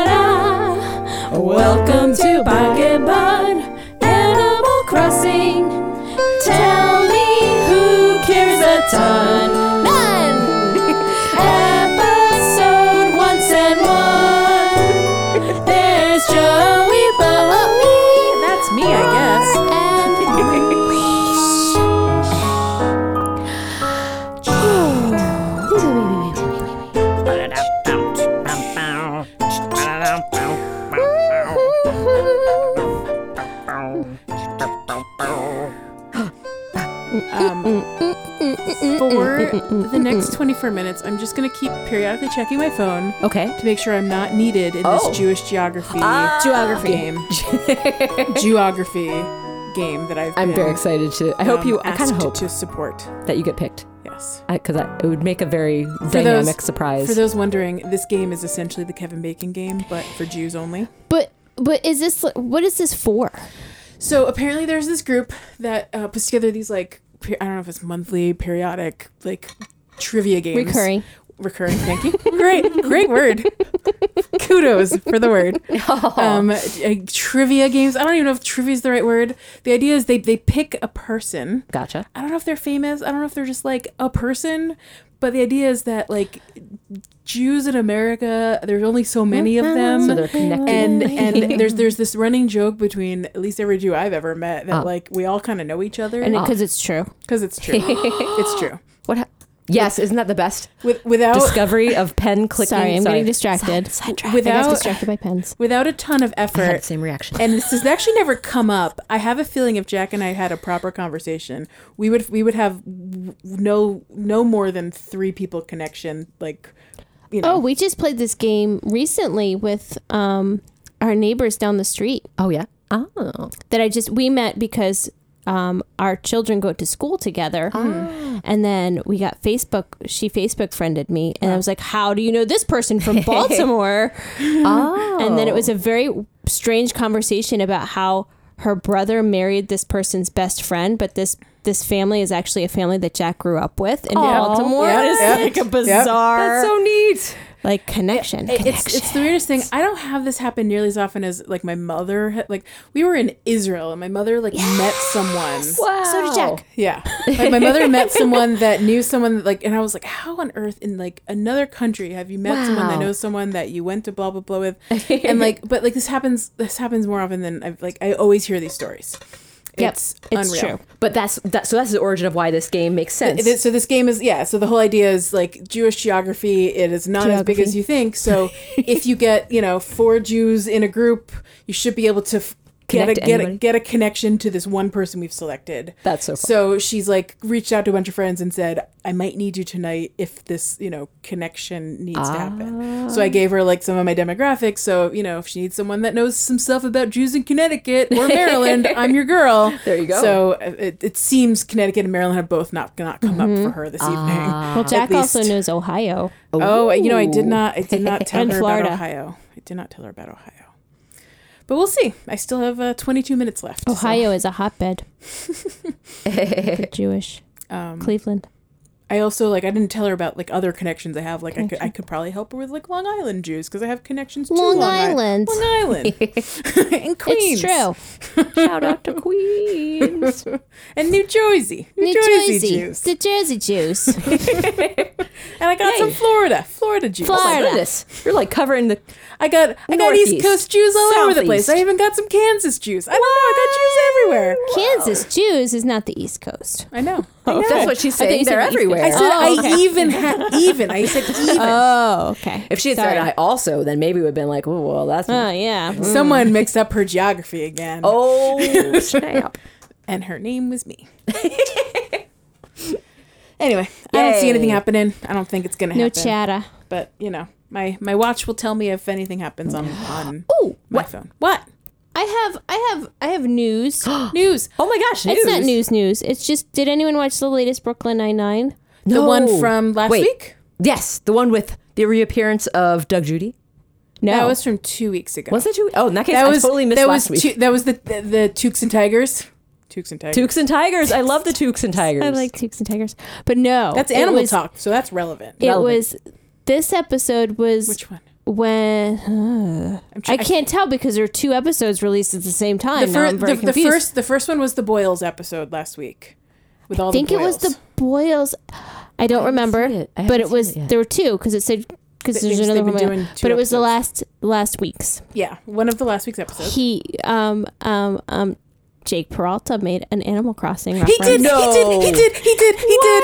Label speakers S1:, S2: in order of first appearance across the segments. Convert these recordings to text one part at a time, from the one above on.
S1: Ba-da-da-da. Welcome to Pocket Bud Animal Crossing. Tell me who cares a ton? None! Episode once and one. There's Joey Baloney. That's me, I guess. And
S2: Um, for the next 24 minutes, I'm just going to keep periodically checking my phone
S3: Okay.
S2: to make sure I'm not needed in
S3: Oh. Ah.
S2: this Jewish geography
S3: Geography.
S2: game. geography game that I've
S3: I'm
S2: been,
S3: very excited to. I hope
S2: um,
S3: you. I kind of
S2: asked
S3: hope
S2: to support.
S3: that you get picked
S2: Yes.
S3: because it would make a very
S2: those-
S3: dynamic surprise.
S2: For those wondering, this game is essentially the Kevin Bacon game, but for Jews only.
S4: But but is this what is this for?
S2: So apparently, there's this group that uh, puts together these like pe- I don't know if it's monthly, periodic, like trivia games.
S4: Recurring.
S2: recurring. Thank you. great, great word. Kudos for the word. Um, uh, trivia games. I don't even know if trivia is the right word. The idea is they they pick a person.
S3: gotcha.
S2: I don't know if they're famous. I don't know if they're just like a person. But the idea is that like Jews in America, there's only so many of them
S3: Uh-huh. So they're connected.
S2: and and there's there's this running joke between at least every Jew I've ever met that
S3: Oh.
S2: like we all kind of know each other
S4: And
S2: because
S4: because it's true.
S2: it's true, it's true.
S3: what? Ha-
S5: Yes, isn't that the best?
S2: With, without
S3: discovery of pen clicking.
S4: Sorry, I'm getting distracted. I got
S2: without
S4: distracted by pens.
S2: without a ton of
S5: I had the
S2: effort,
S5: same reaction.
S2: and this has actually never come up. I have a feeling if Jack and I had a proper conversation, we would we would have w- no no more than three people connection. Like you
S4: Oh,
S2: know,
S4: we just played this game recently with um our neighbors down the street
S3: Oh yeah. Oh.
S4: that I just we met because um our children go to school together. And then we got Facebook she Facebook friended me and I was like, "How do you know this person from Baltimore?"
S3: Oh.
S4: And then it was a very strange conversation about how her brother married this person's best friend, but this this family is actually a family that Jack grew up with in Baltimore.
S2: Yep,
S4: It's
S2: yep,
S4: like a
S2: yep.
S4: bizarre
S5: That's so neat.
S4: like connection.
S2: It- It's,
S4: connection.
S2: it's the weirdest thing. I don't have this happen nearly as often as like my mother. had- Like we were in Israel and my mother like met someone.
S5: Wow.
S4: so did Jack.
S2: Yeah. Like my mother met someone that knew someone that, like and I was like, How on earth in like another country have you met someone that
S5: Wow.
S2: knows someone that you went to blah blah blah with? and like but like this happens this happens more often than I've like I always hear these stories.
S4: Yep,
S2: It's
S4: it's
S2: unreal.
S4: true.
S5: But that's that. So that's the origin of why this game makes sense.
S2: It is- so this game is yeah. So the whole idea is like Jewish geography. It is not as big as
S4: Geography.
S2: you think. So if you get you know four Jews in a group, you should be able to f- get a,
S3: Connect to
S2: get a,
S3: anybody.
S2: get a connection to this one person we've selected.
S3: That's so fun.
S2: So she's like reached out to a bunch of friends and said, "I might need you tonight if this you know connection needs to happen." So I gave her like some of my demographics. So you know if she needs someone that knows some stuff about Jews in Connecticut or Maryland, I'm your girl.
S5: There you go.
S2: So so uh, it, it seems Connecticut and Maryland have both not not come up for her this evening.
S4: Well, Jack
S2: At
S4: also
S2: least-
S4: knows Ohio.
S2: Oh, you know, I did not. I did not tell
S4: And
S2: her
S4: Florida.
S2: about Ohio. I did not tell her about Ohio. But we'll see. I still have uh, 22 minutes left. so,
S4: Ohio is a hotbed. for Jewish.
S2: um,
S4: Cleveland.
S2: I also like. I didn't tell her about like other connections I have. Like I could, I could probably help her with like Long Island Jews because I have connections to
S4: Long
S2: Long, I-
S4: Island.
S2: Long Island and
S4: It's
S2: Queens.
S4: true.
S3: Shout out to Queens.
S2: And New Jersey. New,
S4: New
S2: Jersey,
S4: Jersey.
S2: Jews. Oh
S4: The Jersey Jews.
S2: And I got some Florida. Florida Jews.
S4: Florida.
S3: My goodness. You're like covering the.
S2: I got I got East
S3: Northeast,
S2: Coast Jews all over the place. I
S3: Southeast.
S2: even got some Kansas Jews. I don't know. I got Jews everywhere.
S4: Kansas Jews is not the East Coast.
S2: I know. I, know.
S5: That's what she's
S4: I thought you
S5: saying.
S4: said
S5: They're
S4: the East Coast.
S5: everywhere.
S2: I said.
S4: Oh,
S2: I even had even. I said even.
S4: Oh, okay.
S5: if she had said I also, then maybe we'd have been like, oh, well, that's.
S4: Oh, yeah.
S2: Someone mixed up her geography again.
S5: oh, snap.
S2: and her name was me. anyway, I don't see anything
S5: Yay.
S2: happening. I don't think it's gonna
S4: No
S2: happen.
S4: chatter.
S2: But you know, my my watch will tell me if anything happens on on
S4: Oh,
S2: my phone. What
S4: I have, I have, I have news.
S2: news?
S5: Oh my gosh,
S4: It's not news, news. It's just, did anyone watch the latest Brooklyn Nine Nine?
S2: The
S5: No.
S2: one from last
S5: Wait.
S2: week.
S5: Yes, the one with the reappearance of Doug Judy.
S4: No,
S2: That was from two weeks ago.
S5: Was that you? Oh, in that case,
S2: that
S5: I
S2: was
S5: totally missed
S2: that
S5: last
S2: was
S5: week.
S2: Tu- that was the the, the Tukes and Tigers. Tukes and Tigers.
S3: Tukes and Tigers. I love the Tukes and Tigers.
S4: I like Tukes and Tigers, but no,
S2: That's
S4: it
S2: animal
S4: was-
S2: talk, so that's relevant.
S4: It was this episode was
S2: Which one?
S4: when
S2: try-
S4: I can't tell because there are two episodes released at the same time.
S2: The,
S4: now
S2: fir-
S4: I'm very
S2: the, the
S4: confused.
S2: first the first one was the boils episode last week with all
S4: I think
S2: the
S4: it
S2: boils.
S4: was the boils. I don't remember,
S5: seen it. I
S4: but
S5: haven't
S4: it was
S5: seen it yet.
S4: there were two because it said because
S2: They-
S4: there's
S2: they've-
S4: another
S2: they've
S4: one.
S2: been
S4: we-
S2: doing two
S4: But it was the last last week's.
S2: yeah one of the last week's episodes.
S4: He um um um Jake Peralta made an Animal Crossing.
S2: He
S4: reference.
S2: did, he did, he did, he did, he did.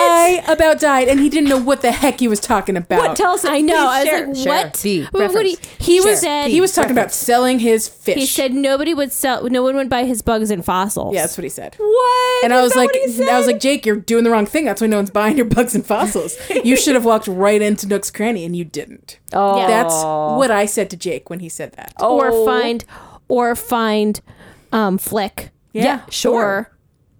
S2: I about died, and he didn't know what the heck he was talking about.
S5: What? Tell us.
S4: I know. I was
S5: Share-
S4: like,
S5: share
S4: what?
S5: the
S4: What- what
S5: reference.
S4: he, he was
S2: Sure.
S4: said
S2: he was talking about selling his fish.
S4: He said nobody would sell. No one would buy his bugs and fossils.
S2: yeah, that's what he said.
S5: What?
S2: And I
S5: Is
S2: was
S5: that
S2: like,
S5: what he
S2: I was
S5: said?
S2: like, Jake, you're doing the wrong thing. That's why no one's buying your bugs and fossils. you should have walked right into Nook's cranny, and you didn't.
S5: oh,
S4: Yeah.
S2: That's what I said to Jake when he said that.
S5: Oh.
S4: Or find, or find, um, Flick.
S5: yeah, sure.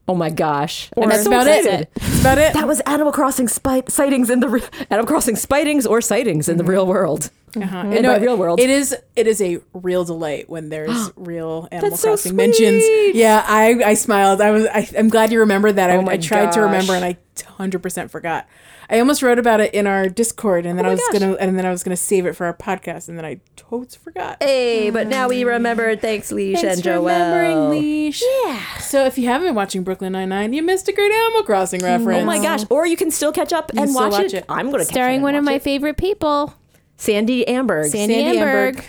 S5: oh my gosh.
S4: Or-
S5: I'm
S2: that's
S4: so
S2: about it.
S4: excited.
S2: That's about it.
S5: That was Animal Crossing spite sightings in the re- Animal Crossing sightings or sightings in the real world.
S2: Uh-huh.
S5: And by real world.
S2: It is it is a real delight when there's real Animal
S5: so
S2: Crossing mentions.
S5: sweet. Oh
S2: Yeah, I, I smiled. I was I, I'm glad you remembered that. I,
S5: my
S2: I tried to remember
S5: gosh.
S2: and I 100% forgot. I almost wrote about it in our Discord and then I was
S5: Oh gosh.
S2: going to and then I was going to save it for our podcast and then I totes forgot.
S5: Hey, but now we remember. Thanks, Leash
S2: Thanks
S5: and
S2: for
S5: Joelle.
S2: remembering, Leash. Yeah. So if you haven't been watching Brooklyn Nine-Nine, you missed a great Animal Crossing reference.
S5: Oh my gosh! Or you can still catch up and
S2: still
S5: watch,
S2: watch
S5: it.
S2: it.
S5: I'm going to
S4: Starring one of my favorite people,
S5: Sandy Amberg.
S4: Sandy,
S2: Sandy
S4: Amberg.
S2: Amberg.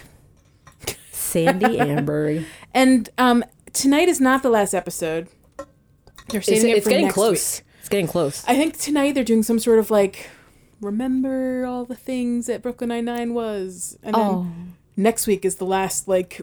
S5: Sandy Amberg.
S2: And um tonight is not the last episode. They're
S5: it's
S2: saving it
S5: it's
S2: for
S5: getting
S2: next week.
S5: close. It's getting close.
S2: I think tonight they're doing some sort of like remember all the things that Brooklyn Nine Nine was, and then
S4: Oh.
S2: next week is the last like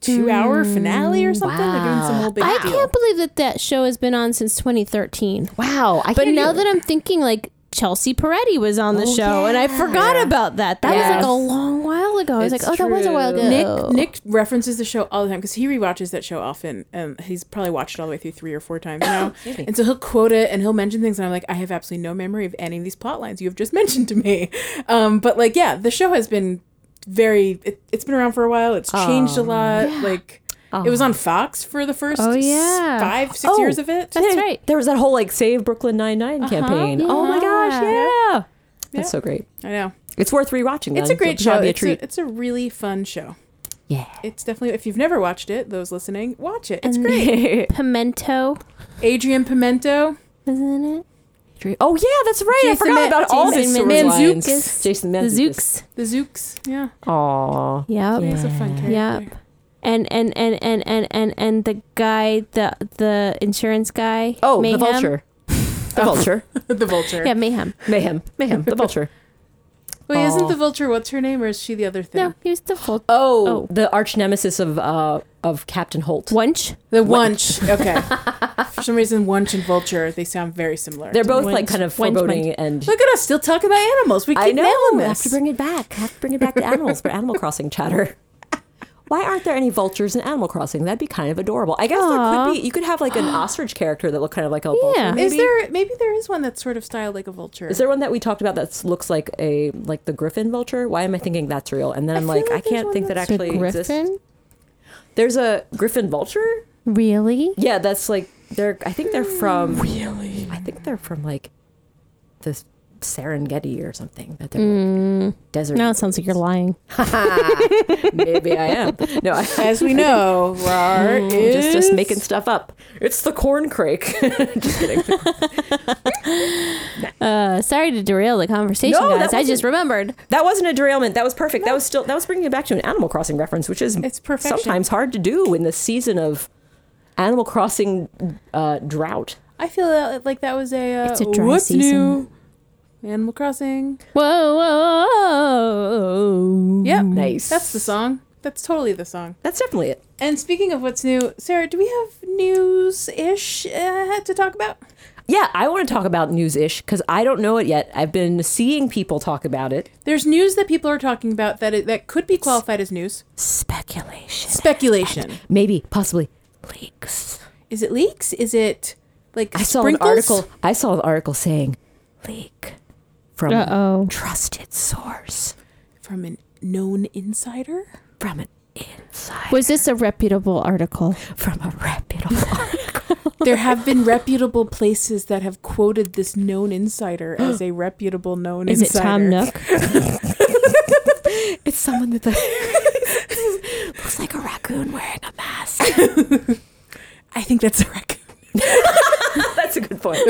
S2: two hour finale or something. They're doing some whole big
S4: I
S2: deal.
S4: can't believe that that show has been on since 2013.
S5: Wow! I
S4: But now that I'm thinking, like Chelsea Peretti was on
S5: Oh,
S4: the show, and I forgot about that. That was like a long while ago. I was
S5: It's
S4: like, oh, that was a while
S5: true.
S4: ago.
S2: Nick Nick references the show all the time because he rewatches that show often, and he's probably watched it all the way through three or four times now. and so he'll quote it and he'll mention things, and I'm like, I have absolutely no memory of any of these plot lines you have just mentioned to me. Um, but like, yeah, the show has been very. It, it's been around for a while. It's changed a lot. Like. It was on Fox for the first
S4: Oh,
S2: s-
S4: yeah.
S2: five, six
S5: Oh,
S2: years of it.
S4: That's right. Uh-huh.
S5: there was that whole like Save Brooklyn Nine Nine campaign. Oh my gosh!
S4: Yeah.
S5: Yeah, that's so great.
S2: I know.
S5: It's worth rewatching.
S2: It's
S5: then.
S2: a great
S5: It'll
S2: show.
S5: Be a
S2: It's a,
S5: treat.
S2: it's a really fun show.
S5: yeah.
S2: It's definitely, if you've never watched it, those listening, watch it. It's great.
S4: Pimento,
S2: Adrian Pimento.
S4: isn't it?
S5: Oh yeah, that's right. I
S2: Jason
S5: forgot
S2: Ma-
S5: about all the
S4: Jason
S5: storylines.
S4: Mantzoukas.
S5: Jason
S4: The
S5: Mantzoukas.
S4: Zooks.
S2: The Zooks. Yeah.
S5: Aw.
S4: Yep.
S2: Oh, He's a fun character.
S4: Yep. And and and and and and and the guy, the the insurance guy.
S5: Oh,
S4: Mayhem.
S5: the vulture. The vulture.
S2: the Vulture.
S4: Yeah, mayhem.
S5: Mayhem. Mayhem. The vulture.
S2: Wait,
S5: Aw.
S2: isn't the Vulture what's her name or is she the other thing?
S4: No, he was the full
S5: Oh,
S4: Oh.
S5: the arch nemesis of uh of Captain Holt.
S4: wench.
S2: The Wunch. Okay. for some reason, Wunch and Vulture, they sound very similar.
S5: They're both like
S4: Wench-
S5: kind of
S4: wench,
S5: foreboding and.
S2: Look at us still talking about animals. We keep nailing
S5: I have to
S2: this.
S5: bring it back. I have to bring it back to animals for Animal Crossing chatter. Why aren't there any vultures in Animal Crossing? That'd be kind of adorable. I guess there could be. You could have like an ostrich character that looked kind of like a vulture.
S4: Yeah.
S5: Maybe.
S2: Is there maybe there is one that's sort of styled like a vulture?
S5: Is there one that we talked about that looks like a like the griffin vulture? Why am I thinking that's real? And then I'm
S2: feel
S5: like,
S2: like
S5: I
S2: there's
S5: can't
S2: one
S5: think that
S2: that's
S5: actually
S4: Griffin.
S5: exists. There's a griffin vulture.
S4: Really?
S5: Yeah, that's like they're. I think they're from. Really? I think they're from like the Serengeti or something. That they're like, desert.
S4: Now it sounds like you're lying.
S5: Maybe I am. No, I,
S2: As we know, Rar is
S5: Mm, just just making stuff up. It's the corn crake. just kidding.
S4: Uh, sorry to derail the conversation,
S5: No, that
S4: guys. I
S5: wasn't-
S4: just remembered.
S5: That wasn't a derailment. That was perfect. That was still that was bringing it back to an Animal Crossing reference, which is
S2: It's perfection.
S5: sometimes hard to do in the season of Animal Crossing uh, drought.
S2: I feel that- like that was a, uh,
S4: It's a dry
S2: what's
S4: season.
S2: new Animal Crossing.
S4: Whoa, whoa, whoa.
S2: Yep.
S5: Nice.
S2: That's the song. That's totally the song.
S5: That's definitely it.
S2: And speaking of what's new, Sarah, do we have news ish uh, to talk about?
S5: Yeah, I want to talk about news ish because I don't know it yet. I've been seeing people talk about it.
S2: There's news that people are talking about that it, that could be qualified as news.
S5: Speculation.
S2: Speculation.
S5: Maybe, possibly leaks.
S2: Is it leaks? Is it like
S5: I saw
S2: sprinkles?
S5: an article. I saw an article saying leak from
S4: Uh-oh.
S5: trusted source
S2: from a known insider?
S5: from an inside
S4: Was this a reputable article?
S5: from a reputable article.
S2: There have been reputable places that have quoted this known insider as a reputable known
S4: Is it
S2: insider.
S4: Tom Nook?
S5: someone that looks like a raccoon wearing a mask.
S2: I think that's a record.
S5: That's a good point.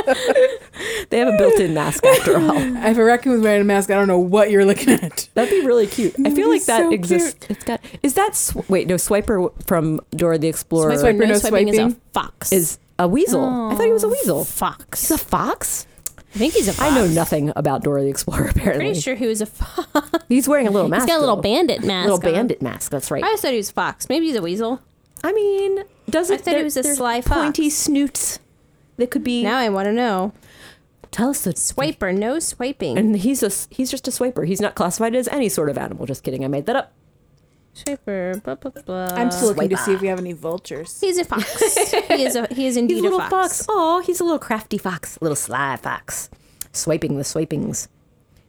S5: they have a built-in mask after all.
S2: If a raccoon was wearing a mask, I don't know what you're looking at.
S5: That'd be really cute. I feel
S2: be
S5: like that
S2: so
S5: exists. It's got. Is that sw- wait? No, Swiper from Dora the Explorer
S2: Swiper, no
S4: is a
S2: swiping.
S4: fox.
S5: is a weasel. I thought he was a weasel.
S4: Fox.
S5: He's a fox.
S4: I think he's a fox.
S5: I know nothing about Dora the Explorer. Apparently,
S4: Pretty sure he was a fox.
S5: he's wearing a little mask.
S4: He's got a little
S5: though.
S4: bandit mask.
S5: Little
S4: on.
S5: bandit mask. That's right.
S4: I always thought he was a fox. Maybe he's a weasel.
S5: I mean, does
S4: I
S5: it?
S4: thought it
S5: they're-
S4: was a
S5: they're
S4: sly fox.
S5: pointy snoots. That could be.
S4: Now I want to know.
S5: tell us the
S4: Swipe or no swiping?
S5: And he's a he's just a swiper. He's not classified as any sort of animal. Just kidding. I made that up.
S4: Swiper. Blah blah blah.
S2: I'm still looking to see if we have any vultures.
S4: He's a fox. he is a. He is indeed
S5: He's a little
S4: fox.
S5: fox. Oh, he's a little crafty fox. Little sly fox. Swiping the swipings.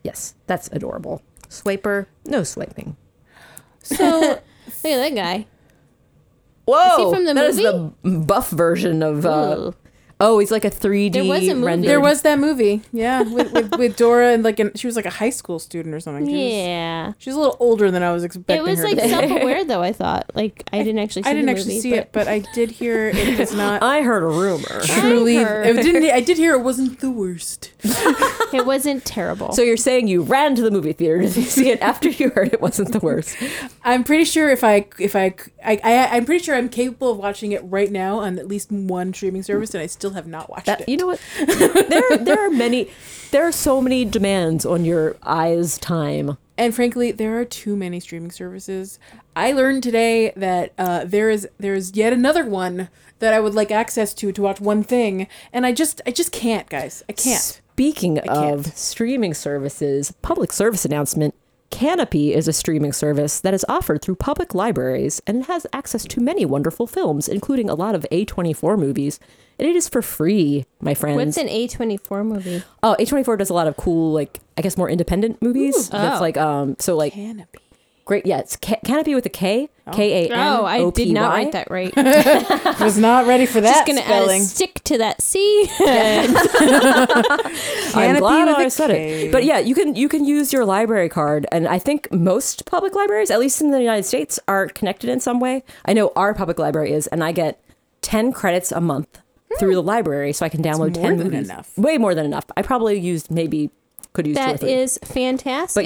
S5: Yes, that's adorable. Swiper, no swiping.
S4: So look at that guy.
S5: Whoa!
S4: from the
S5: that is
S4: movie?
S5: the buff version of. Uh,
S4: Ooh.
S5: oh, he's like a 3D
S4: There was a movie.
S5: rendered.
S2: There was that movie, yeah, with, with, with Dora and like, an, she was like a high school student or something. She was,
S4: Yeah.
S2: she was a little older than I was
S4: It
S2: expecting.
S4: was
S2: her
S4: like
S2: to be.
S4: self-aware though. I thought. Like I didn't actually. See
S2: I didn't
S4: the
S2: actually
S4: movie,
S2: see it, but I did hear it was not
S5: I heard a rumor.
S2: truly.
S4: heard.
S2: I didn't. I did hear it wasn't the worst.
S4: It wasn't terrible.
S5: So you're saying you ran to the movie theater to see it after you heard it wasn't the worst.
S2: I'm pretty sure if I if I, I I am pretty sure I'm capable of watching it right now on at least one streaming service, and I still have not watched
S5: That,
S2: it.
S5: you know what? there, there are many, there are so many demands on your eyes' time.
S2: And frankly, there are too many streaming services. I learned today that uh, there is there is yet another one that I would like access to to watch one thing, and I just I just can't, guys. I can't.
S5: Speaking
S2: can't.
S5: of streaming services, public service announcement. Canopy is a streaming service that is offered through public libraries and it has access to many wonderful films, including a lot of A24 movies. And it is for free, my friends.
S4: What's an A24 movie?
S5: Oh, A24 does a lot of cool, like, I guess more independent movies. That's
S4: Oh.
S5: like, um, so like,
S2: Canopy.
S5: great. Yeah, it's Ca- Canopy with a K. K A N.
S4: Oh, I did
S5: O P Y.
S4: not write that right. Just
S2: Was not ready for that
S4: gonna add
S2: spelling.
S4: a stick to that C.
S5: I'm
S2: Canopy
S5: glad
S2: with
S5: I
S2: a
S5: said
S2: K.
S5: it. But yeah, you can you can use your library card, and I think most public libraries, at least in the United States, are connected in some way. I know our public library is, and I get ten credits a month through
S4: Hmm.
S5: the library, so I can download
S2: more
S5: ten
S2: than
S5: movies.
S2: enough.
S5: Way more than enough. I probably used maybe could use two or
S4: that
S5: three.
S4: is fantastic.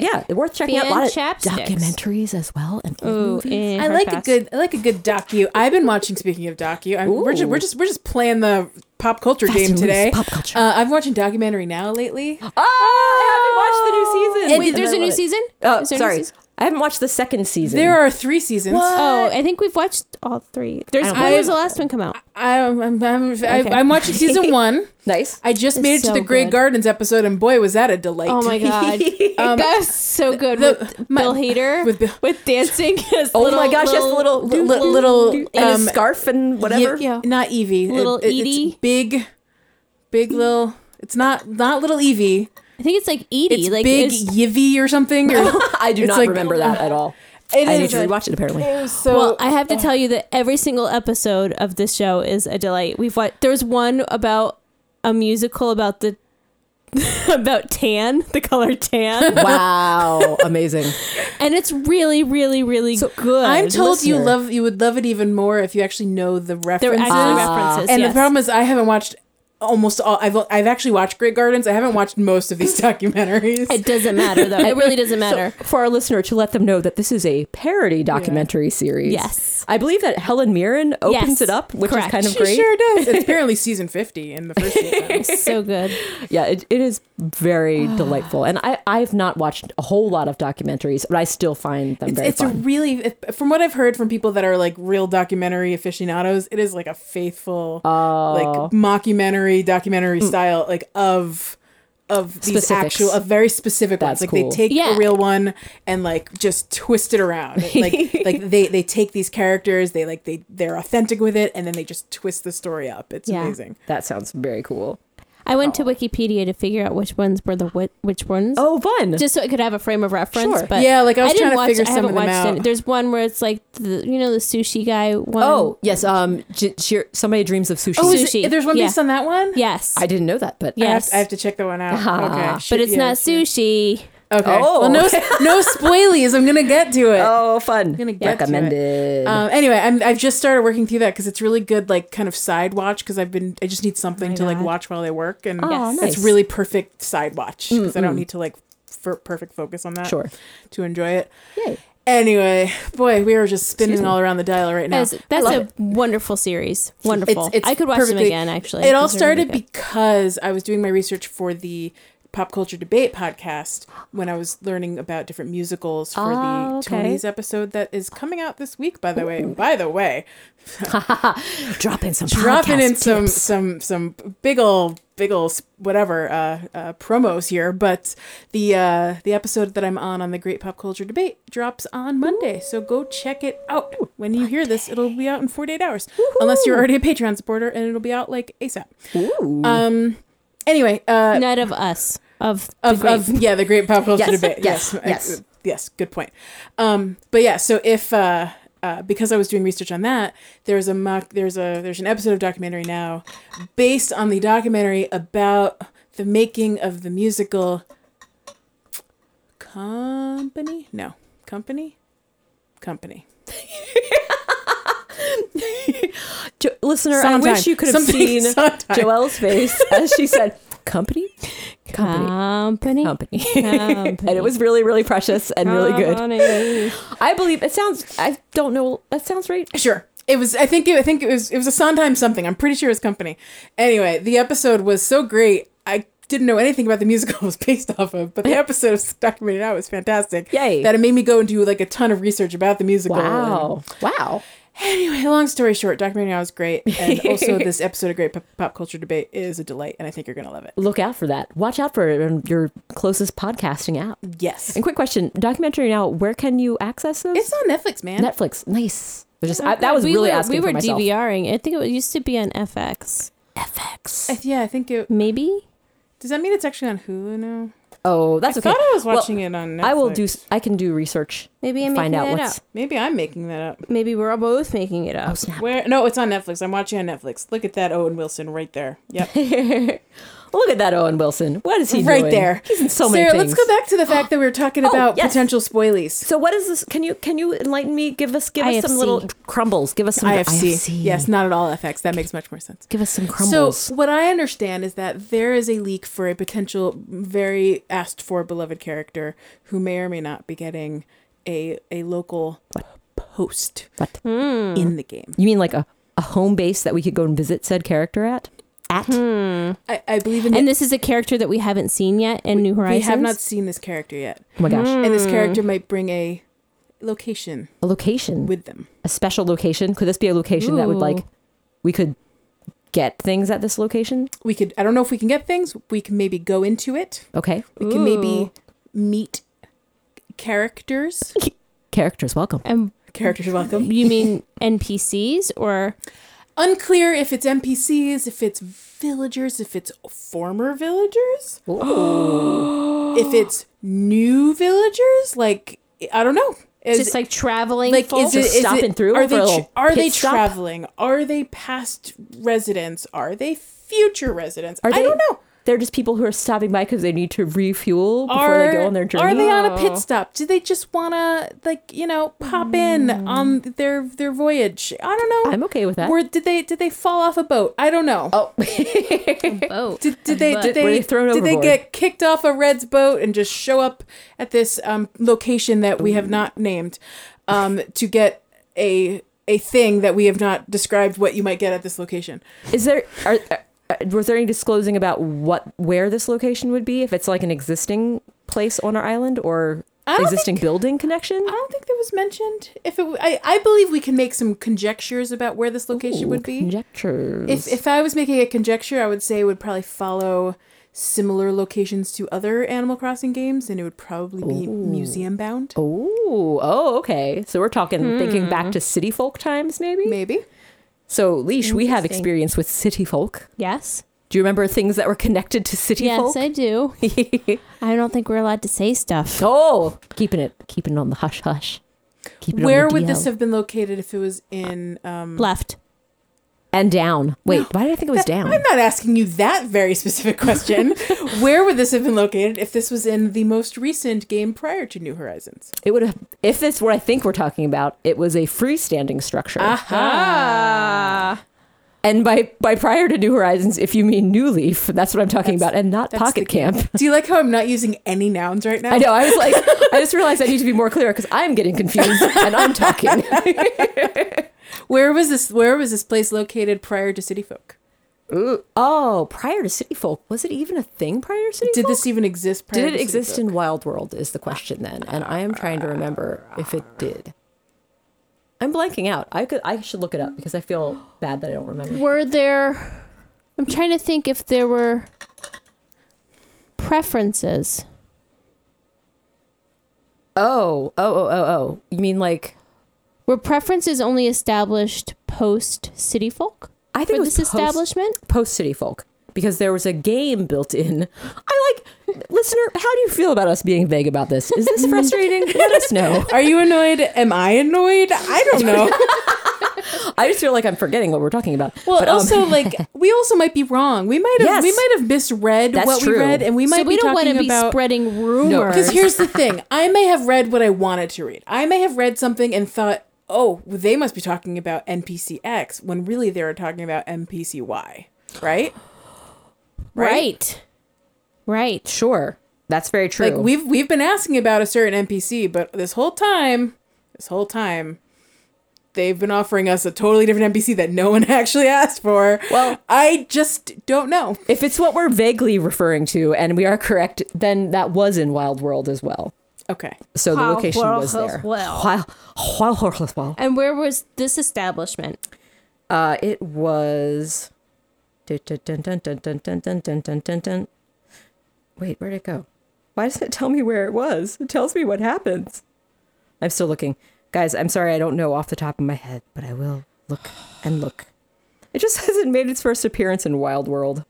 S5: but yeah, worth checking out. A lot of
S4: Fanchapsticks.
S5: documentaries as well, and old
S4: Ooh, eh,
S5: movies.
S4: in
S2: I
S4: her
S2: like
S4: past.
S2: a good I like a good docu. I've been watching. Speaking of docu, I'm, we're just
S5: Ooh.
S2: we're just we're just playing the pop culture
S5: Fast
S2: game
S5: and loose,
S2: today.
S5: pop culture.
S2: Uh, I've been watching documentary now lately.
S5: Oh, I haven't watched the new season.
S4: Uh, Wait,
S5: And
S4: there's
S5: I
S4: a new
S5: love it.
S4: season?
S5: Oh,
S4: Is there a new
S5: sorry,
S4: season?
S5: I haven't watched the second season.
S2: There are three seasons.
S4: Oh, I think we've watched all three. There's
S5: I don't
S4: when
S2: know.
S4: was the last one come out?
S2: I'm I'm, I'm, I, I'm watching season one.
S5: nice.
S2: I just
S4: It's
S2: made it
S4: so
S2: to the Grey
S4: good.
S2: Gardens episode, and boy, was that a delight!
S4: Oh my god, that was so good
S2: Um, the-
S4: with
S2: my-
S4: Bill Hader
S2: with
S4: with,
S2: Bill-
S4: dancing. His
S5: Oh
S4: little,
S5: my gosh, yes, the little
S2: li- li- little,
S5: and
S2: um,
S5: a scarf and whatever.
S2: Ye- not Evie,
S4: Little
S2: it's
S4: Edie?
S2: big, big little. It's not not little Evie.
S4: I think it's like Edie.
S2: It's
S4: like
S2: big
S4: it's-
S2: Yivy or something. Or,
S5: I do
S2: It's
S5: not
S2: like-
S5: remember that at all.
S2: It
S5: I
S2: is
S5: need to
S2: a-
S5: rewatch it apparently.
S2: so
S4: well, I have to tell you that every single episode of this show is a delight. We've watched. There was one about a musical about the about tan, the color tan,
S5: Wow, amazing.
S4: and it's really, really, really good.
S2: I'm told you
S5: listener.
S2: love you would love it even more if you actually know the
S4: there were
S2: references. Ah.
S4: actually references.
S2: and
S4: yes.
S2: the problem is, I haven't watched almost all. I've I've actually watched Great Gardens. I haven't watched most of these documentaries.
S4: it doesn't matter though. It really doesn't matter.
S5: For our listener, to let them know that this is a parody documentary series.
S4: Yes.
S5: I believe that Helen Mirren opens
S4: Yes,
S5: it up, which
S4: correct.
S5: is kind of
S4: She
S5: great.
S2: sure does. It's apparently season 50 in the first season.
S4: so good.
S5: Yeah, it, it is very delightful. And I, I've not watched a whole lot of documentaries, but I still find them very
S2: it's a
S5: fun.
S2: really it- from what i've heard from people that are like real documentary aficionados it is like a faithful like mockumentary documentary style like of of these
S5: Specifics.
S2: actual a very specific ones
S5: That's
S2: like
S5: cool.
S2: they take
S4: Yeah.
S2: a real one and like just twist it around like like they they take these characters they like they they're authentic with it and then they just twist the story up it's
S4: Yeah.
S2: amazing
S5: that sounds very cool.
S4: I went to Wikipedia to figure out which ones were the whi- which ones.
S5: Oh, fun.
S4: Just so I could have a frame of reference,
S5: Sure.
S4: but
S2: Yeah, like, I was
S4: didn't
S2: trying to
S4: watch,
S2: figure
S4: I haven't
S2: some of them
S4: watched
S2: out.
S4: Any. There's one where it's like the you know the sushi guy one.
S5: oh, yes. Um, j- Shir- Somebody Dreams of Sushi.
S2: oh is
S4: Sushi.
S2: it, there's one
S4: Yeah.
S2: based on that one
S4: yes,
S5: I didn't know that, but
S2: I have,
S4: yes,
S2: I have to check that one out. Okay,
S5: Ah.
S2: Shit,
S4: but it's
S2: yeah,
S4: not
S2: sure.
S4: sushi.
S2: Okay.
S5: Oh.
S2: Well, no, no spoilies. I'm gonna get to it.
S5: Oh, fun.
S2: gonna get to it.
S5: Recommended.
S2: Um, anyway, I'm, I've just started working through that because it's really good, like kind of side watch. Because I've been, I just need something to like watch while I work, and
S5: Yes.
S2: it's
S5: Oh, nice.
S2: really perfect side watch because I don't need to like for perfect focus on that
S5: Sure.
S2: to enjoy it.
S5: Uh, Yay.
S2: Anyway, boy, we are just spinning all around the dial right now.
S4: As- that's a wonderful series. Wonderful. I could watch them
S2: perfectly-
S4: again. Actually,
S2: It all
S4: 'cause they're really
S2: started
S4: good.
S2: because I was doing my research for the pop culture debate podcast when I was learning about different musicals for the
S5: Oh, okay.
S2: Tony's episode that is coming out this week. By the way, by the way,
S5: Drop in some
S2: dropping
S5: podcast
S2: in some
S5: tips.
S2: some some big ol' big ol' s- whatever uh, uh, promos here, but the uh, the episode that I'm on on the Great Pop Culture Debate drops on Monday, so go check it out. When you hear this, it'll be out in 48 hours, unless you're already a Patreon supporter, and it'll be out like ASAP.
S5: Ooh.
S2: Um. Anyway, uh,
S4: Night of Us of the
S2: of,
S4: great-
S2: of yeah, the Great Pop Culture
S5: Yes,
S2: Debate.
S5: yes,
S2: Yes,
S5: yes.
S2: yes, yes. Good point. Um. But yeah, so if uh, uh, because I was doing research on that, there's a mock, there's a there's an episode of documentary now, based on the documentary about the making of the musical. Company? No, company. Company.
S5: Jo- listener, I wish
S2: Sometime.
S5: you could have
S2: Something-
S5: seen
S2: sometime.
S5: Joelle's face as she said, company? Company.
S4: company.
S5: company.
S4: company.
S5: and it was really, really precious and really good.
S4: good.
S5: I believe it sounds, I don't know, that sounds right.
S2: Sure. It was. I think. It, I think it was. It was a Sondheim something. I'm pretty sure it was Company. Anyway, the episode was so great. I didn't know anything about the musical it was based off of, but the episode of documented out was fantastic.
S5: Yay.
S2: That it made me go and do like a ton of research about the musical. And-
S5: Wow. Wow.
S2: Anyway, long story short, documentary out was great, and also this episode of Great Pop, Pop Culture Debate is a delight, and I think you're gonna love it.
S5: Look out for that. Watch out for it on your closest podcasting app.
S2: Yes.
S5: And quick question documentary now, where can you access this?
S2: It's Oh on Netflix, man.
S5: Netflix. Nice. I Just, I, that was
S4: we
S5: really
S4: were,
S5: asking
S4: We were
S5: for myself.
S4: DVRing. I think it was- used to be on FX. FX.
S2: I th- yeah, I think it.
S4: Maybe.
S2: Does that mean it's actually on Hulu now?
S5: Oh, that's okay.
S2: I thought I was
S5: Well,
S2: watching it on. Netflix.
S5: I will do. I can do research.
S4: Maybe I'm
S5: find
S4: making
S5: out
S4: that
S5: what's.
S4: up.
S2: Maybe I'm making that up.
S4: Maybe we're both making it up.
S2: Where? No, it's on Netflix. I'm watching on Netflix. Look at that Owen Wilson right there. Yep,
S5: Look at that, Owen Wilson. What is he
S2: right
S5: doing?
S2: there.
S5: He's in so
S2: Sarah,
S5: many things. Oh,
S2: let's go back to the fact that we were talking about
S5: yes.
S2: potential spoilies.
S5: So what is this? Can you can you enlighten me? Give us give us some
S4: IFC.
S5: little crumbles. Give us some
S2: IFC. Yes, not at all FX. That makes much more sense.
S5: Give us some crumbles.
S2: So what I understand is that there is a leak for a potential very asked for beloved character who may or may not be getting a a local post
S5: What? Hmm.
S2: in the game.
S5: you mean like a, a home base that we could go and visit said character at? At
S2: I, I believe in
S4: And
S2: the,
S4: this is a character that we haven't seen yet in New
S2: we
S4: Horizons. Hmm.
S2: have not seen this character yet,
S5: oh my gosh,
S2: and this character might bring a location
S5: a location,
S2: with them.
S5: a special location. Could this be a location that would like
S4: Ooh.
S5: we could get things at this location?
S2: we could i don't know if we can get things we can maybe go into it
S5: Okay,
S2: we can maybe
S4: Ooh.
S2: meet characters
S5: characters welcome.
S4: And
S2: characters are welcome
S4: you mean NPCs or
S2: unclear if it's npcs if it's villagers if it's former villagers if it's new villagers like i don't know is,
S4: just like traveling?
S2: like
S4: folk?
S2: is it
S5: Just
S2: is
S5: stopping
S2: it,
S5: through
S2: are
S5: for a
S2: they tra-
S5: little
S2: are
S5: pit
S2: they
S5: stop?
S2: traveling are they past residents are they future residents
S5: Are
S2: i
S5: they-
S2: don't know
S5: They're just people who are stopping by because they need to refuel before they go on their journey.
S2: Are they on a
S5: Oh.
S2: pit stop? Do they just want to, like, you know, pop in on their their voyage? I don't know.
S5: Hmm. Oh, I'm okay with that.
S2: Were did they did they fall off a boat? I don't know. Oh,
S4: oh,
S2: did, did they did
S5: Were
S2: they,
S5: they thrown
S2: did they
S5: overboard?
S2: get kicked off a red's boat and just show up at this um, location that we have not named um, to get a a thing that we have not described what you might get at this location?
S5: Is there are, are was there any disclosing about what where this location would be if it's like an existing place on our island or
S2: I don't
S5: existing building connection?
S2: I don't think that was mentioned. If it, w- I, I believe we can make some conjectures about where this location would be.
S5: Conjectures.
S2: If if I was making a conjecture, I would say it would probably follow similar locations to other Animal Crossing games, and it would probably be museum bound.
S5: oh, oh, okay. So we're talking thinking
S2: Hmm.
S5: back to city folk times, maybe.
S2: Maybe.
S5: So, Leash, we have
S4: Interesting.
S5: experience with city folk.
S4: yes,
S5: Do you remember things that were connected to city
S4: yes,
S5: folk?
S4: I do. I don't think we're allowed to say stuff.
S5: oh, keeping it, keeping it on the hush hush. Keep it on
S2: Where
S5: the
S2: would
S5: DL.
S2: this have been located if it was in um,
S4: Left.
S5: and down. Wait, why did I think it was down?
S2: I'm not asking you that very specific question. Where would this have been located if this was in the most recent game prior to New Horizons?
S5: It would have, if this were, I think we're talking about, it was a freestanding structure. And by, by prior to New Horizons, if you mean New Leaf, that's what I'm talking about, and not
S2: that's the Oh.
S5: Pocket Camp.
S2: Do you like how I'm not using any nouns right now?
S5: I know. I was like, I just realized I need to be more clear because I'm getting confused and I'm talking.
S2: Where was this? Where was this place located prior to City Folk?
S5: Ooh. Oh, prior to City Folk, was it even a thing prior to City
S2: Did
S5: Folk?
S2: this even exist? prior
S5: did
S2: to
S5: it
S2: City
S5: exist
S2: Folk?
S5: in Wild World? Is the question then, and I am trying to remember if it did. I'm blanking out. I could. I should look it up because I feel bad that I don't remember.
S4: Were there? I'm trying to think if there were preferences.
S5: Oh, oh, oh, oh, oh. You mean like?
S4: Were preferences only established post City Folk
S5: I
S4: for
S5: think it was
S4: this
S5: post-
S4: establishment?
S5: post City Folk because there was a game built in. I like listener. How do you feel about us being vague about this? Is this frustrating? Let us know.
S2: Are you annoyed? Am I annoyed? I don't know.
S5: I just feel like I'm forgetting what we're talking about.
S2: Well,
S5: But, um,
S2: also like we also might be wrong. We might have we
S5: Yes.
S2: might have misread
S5: That's
S2: what
S5: true.
S2: we read, and we might
S4: so we
S2: be
S4: don't want to
S2: talking
S4: be
S2: about.
S4: spreading rumors.
S2: Because here's the thing: I may have read what I wanted to read. I may have read something and thought, "Oh, they must be talking about NPC X," when really they were talking about NPC Y, right?
S4: right, right.
S5: sure, that's very true.
S2: Like we've we've been asking about a certain NPC, but this whole time, this whole time, they've been offering us a totally different NPC that no one actually asked for.
S5: Well-
S2: I just don't know.
S5: if it's what we're vaguely referring to, and we are correct, then that was in Wild World as well.
S2: Okay,
S5: So the
S4: Wild
S5: location
S4: World
S5: was
S4: as
S5: there.
S4: well.
S5: Wild, Wild World as well.
S4: And where was this establishment?
S5: Uh, it was. Dun, dun, dun, dun, dun, dun, dun, dun, dun, dun, dun, dun. Wait, where'd it go? Why doesn't it tell me where it was? It tells me what happens. I'm still looking. Guys, I'm sorry I don't know off the top of my head, but I will look and look. It just says it made its first appearance in Wild World.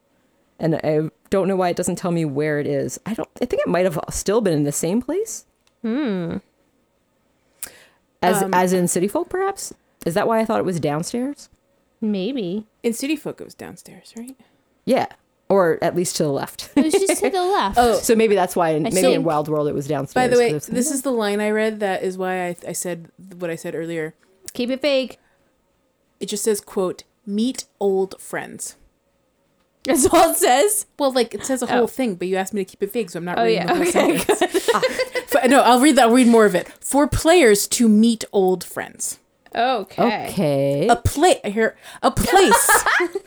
S5: And I don't know why it doesn't tell me where it is. I don't I think it might have still been in the same place. Hmm. As as in City Folk, perhaps? Is that why I thought it was downstairs?
S4: Maybe
S2: in City Folk it was downstairs, right?
S5: Yeah, or at least to the left.
S4: it was just to the left. Oh,
S5: so maybe that's why. Maybe
S4: see.
S5: in Wild World it was
S2: By
S5: downstairs.
S2: the way,
S5: 'cause it's-
S2: this is the line I read. That is why I, I said what I said earlier.
S4: keep it vague.
S2: It just says, "quote Meet old friends."
S4: That's all it says.
S2: Well, like it says a whole thing, but you asked me to keep it vague, so I'm not
S4: Oh,
S2: reading
S4: yeah.
S2: the whole
S4: Okay,
S2: sentence. For- no, I'll read that. I'll read more of it. For players to meet old friends.
S4: Okay.
S5: okay.
S2: a place here a place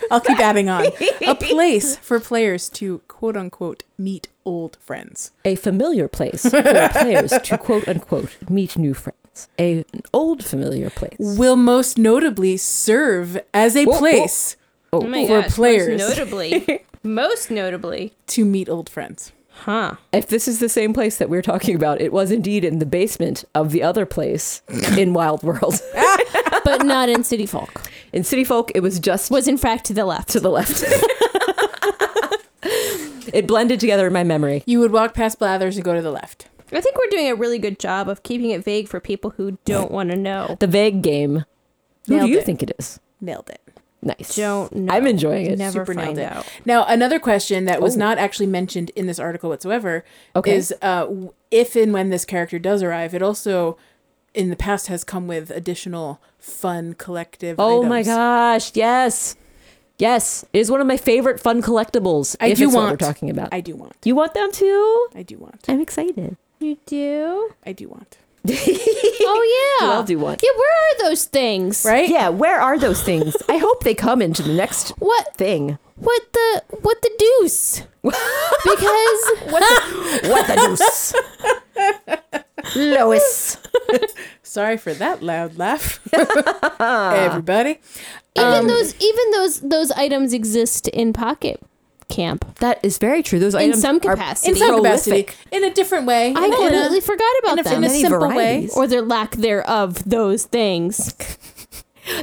S2: i'll keep adding on a place for players to quote unquote meet old friends
S5: A familiar place for players to quote unquote meet new friends. A, an old familiar place.
S2: will most notably serve as a
S5: Whoa, whoa.
S2: place
S4: Oh my
S2: for
S4: gosh, most
S2: players
S4: notably, most notably,
S2: to meet old friends
S4: huh?
S5: If this is the same place that we're talking about, it was indeed in the basement of the other place in Wild World.
S4: But not in City Folk.
S5: In City Folk, it was just
S4: Was in fact to the left.
S5: to the left. it blended together in my memory.
S2: you would walk past blathers and go to the left
S4: I think we're doing a really good job of keeping it vague for people who don't want to know.
S5: The vague game. Who
S4: Nailed
S5: do you
S4: it.
S5: think it is?
S2: nailed it
S5: Nice.
S4: Don't know.
S5: I'm enjoying it.
S4: Never
S2: Super nailed
S4: find
S2: it.
S4: out.
S2: Now, another question that was
S5: Oh.
S2: not actually mentioned in this article whatsoever
S5: Okay.
S2: is uh, w- if and when this character does arrive, it also in the past has come with additional fun collective.
S5: Oh my
S2: items.
S5: gosh, yes. Yes, it is one of my favorite fun collectibles.
S2: I
S5: if
S2: do
S5: it's
S2: want
S5: what we're talking about.
S2: I do want.
S5: you want them too?
S2: I do want.
S5: I'm excited.
S4: You do?
S2: I do want.
S4: Oh yeah.
S5: We all do want.
S4: Yeah. Where are those things?
S2: Right?
S5: Yeah, where are those things? I hope they come into the next
S4: What?
S5: thing.
S4: What the? What the deuce? Because
S5: What the deuce? Lois.
S2: Sorry for that loud laugh, everybody. Um,
S4: even those even those those items exist in Pocket Camp.
S5: That is very true. Those
S4: In
S5: items
S4: some
S5: are
S4: capacity.
S2: In some capacity,
S5: prolific.
S2: in a different way.
S4: I
S2: in a- in a-
S4: completely forgot
S2: in a,
S4: about
S2: in
S4: them.
S2: a
S5: Many
S2: simple way.
S5: varieties.
S4: Or their lack thereof, those things.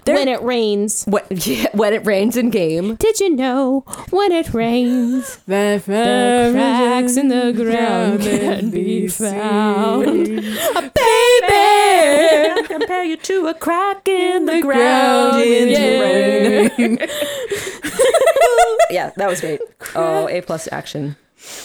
S5: They're-
S4: when it rains.
S5: When, yeah, when it rains in game.
S4: Did you know when it rains,
S2: The
S4: the cracks in the ground
S2: can
S4: can be
S2: be
S4: found?
S2: seen.
S4: Baby!
S2: Yeah.
S5: Compare you to a crack in the
S2: Ground in
S5: Yeah.
S2: the rain.
S5: yeah, that was great. Oh, A plus action.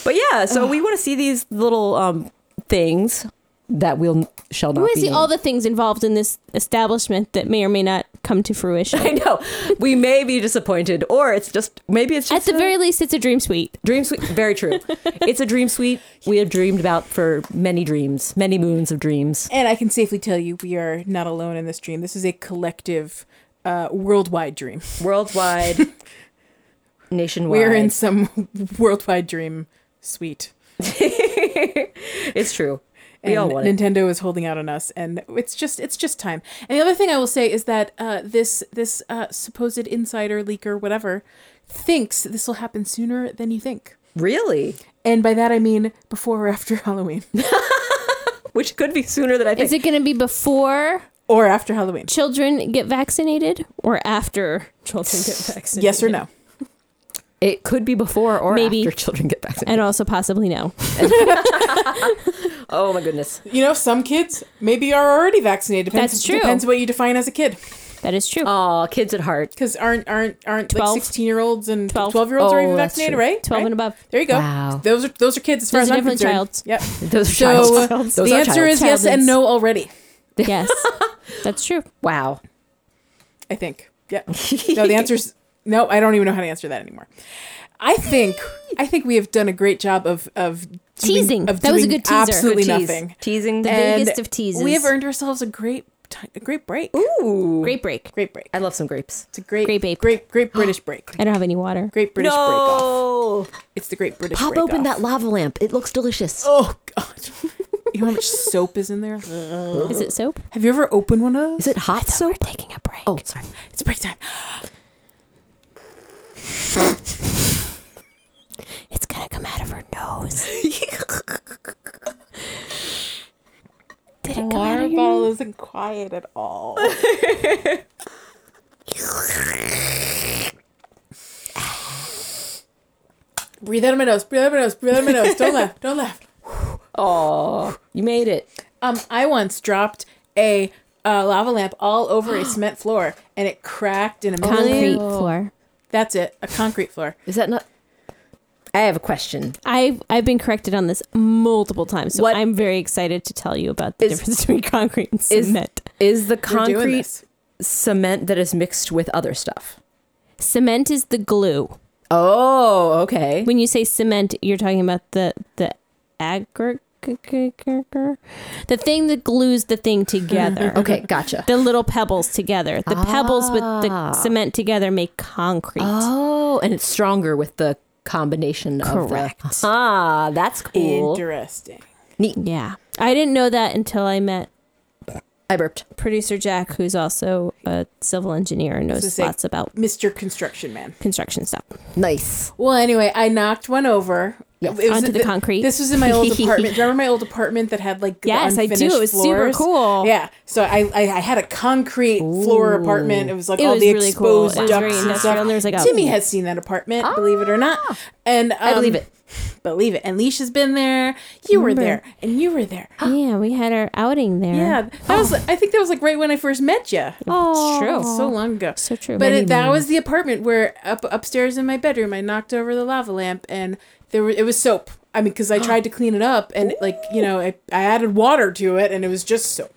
S5: But yeah, so we want to see these little um things that we'll shall
S4: We
S5: not
S4: want
S5: be
S4: to see
S5: named.
S4: all the things involved in this establishment that may or may not come to fruition.
S5: I know. We may be disappointed, or it's just maybe it's
S4: At
S5: just
S4: the
S5: a
S4: very least, it's a dream suite.
S5: dream suite. Very true. it's a dream suite we have dreamed about for many dreams, many moons of dreams.
S2: And I can safely tell you, we are not alone in this dream. This is a collective, uh, worldwide dream.
S5: Worldwide, nationwide.
S2: We're in some worldwide dream suite.
S5: It's true. We
S2: and
S5: all want it.
S2: Nintendo is holding out on us, and it's just it's just time. And the other thing I will say is that uh, this this uh, supposed insider leaker, whatever, thinks this will happen sooner than you think.
S5: Really?
S2: And by that I mean before or after Halloween,
S5: Which could be sooner than I think.
S4: Is it going to be before
S2: or after Halloween.
S4: children get vaccinated or after children get vaccinated?
S2: Yes or no?
S5: It could be before or
S4: Maybe.
S5: after children get back.
S4: And also possibly no.
S5: oh my goodness.
S2: You know, some kids maybe are already vaccinated. Depends,
S4: That's true.
S2: Depends what you define as a kid,
S4: That is true.
S5: Oh, kids at heart.
S2: because aren't aren't aren't like
S4: 12?
S2: sixteen year olds and
S4: Twelve.
S2: twelve year olds are
S5: Oh,
S2: even
S5: that's
S2: vaccinated,
S5: true.
S2: right?
S4: 12
S2: Right?
S4: and above.
S2: There you go.
S5: Wow.
S2: Those are those are kids as far
S4: Those
S2: as
S4: are
S2: I'm
S4: different
S2: concerned.
S4: childs.
S2: Yep.
S5: Those are
S2: So uh,
S5: childs. Those
S2: the
S5: are
S2: answer
S5: childs.
S2: is yes and
S4: Childhoods.
S2: no already.
S4: Yes. That's true.
S5: Wow.
S2: I think. Yeah. No, the answer's no. I don't even know how to answer that anymore. I think. I think we have done a great job of of doing-
S4: Teasing.
S2: Of
S4: That was a
S2: doing
S4: good teaser.
S2: Absolutely
S5: Good tease.
S2: nothing.
S5: Teasing
S4: The
S5: the
S4: biggest of teases.
S2: We have earned ourselves a great ti- a great break.
S5: Ooh.
S4: Great break.
S2: Great break.
S5: I love some grapes.
S2: It's a great
S4: Great babe.
S2: great great British break.
S4: I don't have any water.
S2: Great British break off.
S5: no.
S2: It's the great British
S5: Pop
S2: break
S5: open
S2: off.
S5: that lava lamp. It looks delicious.
S2: Oh god. you know how much soap is in there?
S4: Is it soap?
S2: Have you ever opened one of those?
S5: Is it hot
S4: We're
S5: soap?
S4: taking a break.
S5: Oh, sorry.
S2: It's break time.
S4: It's going to come out of her nose. Did it come out
S2: Water
S4: of your
S2: bottle isn't quiet at all. breathe out of my nose. Breathe out of my nose. Breathe out of my nose. Don't laugh. Don't laugh.
S5: Oh, you made it.
S2: Um, I once dropped a uh, lava lamp all over a cement floor, and it cracked in a
S4: concrete
S2: million.
S4: floor?
S2: That's it. A concrete floor.
S5: Is that not? I have a question.
S4: I've I've been corrected on this multiple times, so
S5: What-
S4: I'm very excited to tell you about the
S5: Is-
S4: difference between concrete and cement.
S5: Is the
S2: We're doing
S5: concrete
S2: this.
S5: cement that is mixed with other stuff?
S4: Cement is the glue.
S5: Oh, okay.
S4: When you say cement, you're talking about the the aggregate, the thing that glues the thing together.
S5: Okay, gotcha.
S4: The little pebbles together. The pebbles with
S5: Ah.
S4: the cement together make concrete.
S5: Oh, and it's stronger with the combination of the.
S4: Correct.
S5: Ah, that's cool.
S2: Interesting.
S4: Yeah, I didn't know that until I met
S5: I burped.
S4: producer Jack, who's also a civil engineer and
S2: This
S4: knows
S2: is a-
S4: lots about
S2: Mr. Construction Man.
S4: construction stuff.
S5: Nice.
S2: Well, anyway, I knocked one over.
S5: Yes.
S2: It was-
S4: Onto the
S2: th-
S4: concrete.
S2: This was in my old apartment. Do you remember my old apartment that had like the
S4: Yes, I do. It
S2: unfinished
S4: was super
S2: floors?
S4: cool.
S2: Yeah. So I, I, I had a concrete floor apartment. It was like
S4: It
S2: all
S4: was
S2: the
S4: really cool.
S2: exposed
S4: It was very
S2: ducts and
S4: industrial,
S2: stuff.
S4: and there was, like, a-
S2: Timmy has seen that apartment, believe it or not. And um,
S5: I believe it.
S2: Believe it. And Leisha's been there. You were there, and you were there.
S4: yeah, we had our outing there.
S2: Yeah, that was. I think that was like right when I first met you.
S4: oh,
S2: It was so long ago.
S4: So true.
S2: But
S4: Many
S2: it, that was the apartment where up upstairs in my bedroom, I knocked over the lava lamp, and there were it was soap. I mean, because I tried to clean it up, and like you know, I, I added water to it, and it was just soap.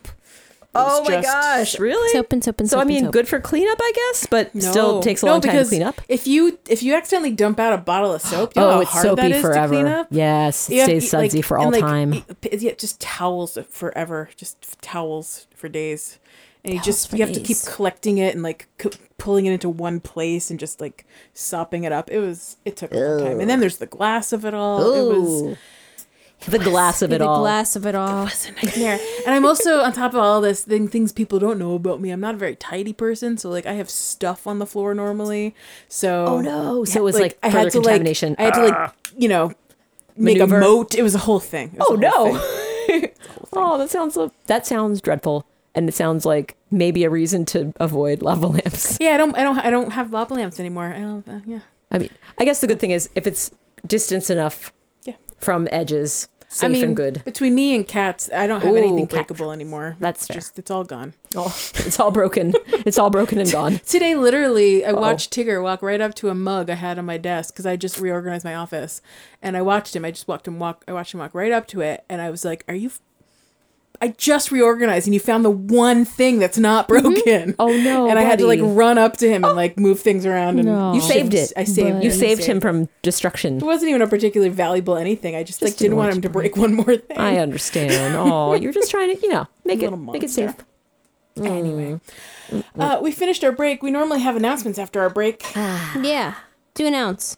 S2: It was
S5: Oh my
S2: just-
S5: gosh, really?
S4: Soap and soap and
S5: so
S4: soap
S5: I
S4: and
S5: mean,
S4: soap.
S5: good for cleanup, I guess, but
S2: No.
S5: still takes a
S2: No,
S5: long time to
S2: because
S5: clean up.
S2: If you if you accidentally dump out a bottle of soap, you know
S5: Oh,
S2: how
S5: it's
S2: hard that
S5: soapy
S2: is
S5: forever.
S2: to clean up.
S5: Yes, it
S2: You have-
S5: stays
S2: like-
S5: sudsy for all
S2: and, like,
S5: time.
S2: y- Yeah, just towels forever, just towels for days, and you
S4: Towels
S2: just
S4: for
S2: you have to keep
S4: days.
S2: collecting it and like c- pulling it into one place and just like sopping it up. It was it took a long time, and then there's the glass of it all. It was
S5: Ooh. oh, the glass of it
S4: the
S5: all.
S4: glass of it all.
S2: a nightmare. and I'm also on top of all this thing, things people don't know about me. I'm not a very tidy person, so like I have stuff on the floor normally. So
S5: Oh, no. So it was, like, further
S2: to
S5: contamination.
S2: Like, I had to like you know make
S5: Maneuver.
S2: a moat. It was a whole thing. It was
S5: Oh
S2: a whole
S5: no.
S2: thing.
S5: oh, that sounds that sounds dreadful, and it sounds like maybe a reason to avoid lava lamps.
S2: Yeah, I don't, I don't, I don't have lava lamps anymore. I don't, uh, yeah.
S5: I mean, I guess the good thing is if it's distance enough
S2: Yeah.
S5: from edges, safe
S2: I mean,
S5: and good.
S2: Between me and cats, I don't have
S5: Ooh,
S2: anything
S5: cat.
S2: breakable anymore.
S5: That's
S2: It's
S5: fair.
S2: Just it's all gone.
S5: Oh, it's all broken. it's all broken and gone.
S2: Today, literally, I watched Tigger walk right up to a mug I had on my desk because I just reorganized my office, and I watched him. I just walked him walk. I watched him walk right up to it, and I was like, "Are you?" F- I just reorganized, and you found the one thing that's not broken.
S5: Oh, no,
S2: And I had to like
S5: buddy. Oh.
S2: run up to him and like move things around. And
S4: No. You
S2: shift-
S5: saved it,
S2: I saved.
S5: You
S2: it.
S5: saved him from destruction.
S2: It wasn't even a particularly valuable anything. I just, like
S5: didn't
S2: didn't want
S5: want
S2: him
S5: to
S2: to break one more thing.
S5: I understand. Oh, you're just trying to, you know, make it
S2: Little
S5: make it safe.
S2: monster. Anyway,
S4: Mm.
S2: uh, we finished our break. We normally have announcements after our break.
S4: Yeah. Do announce.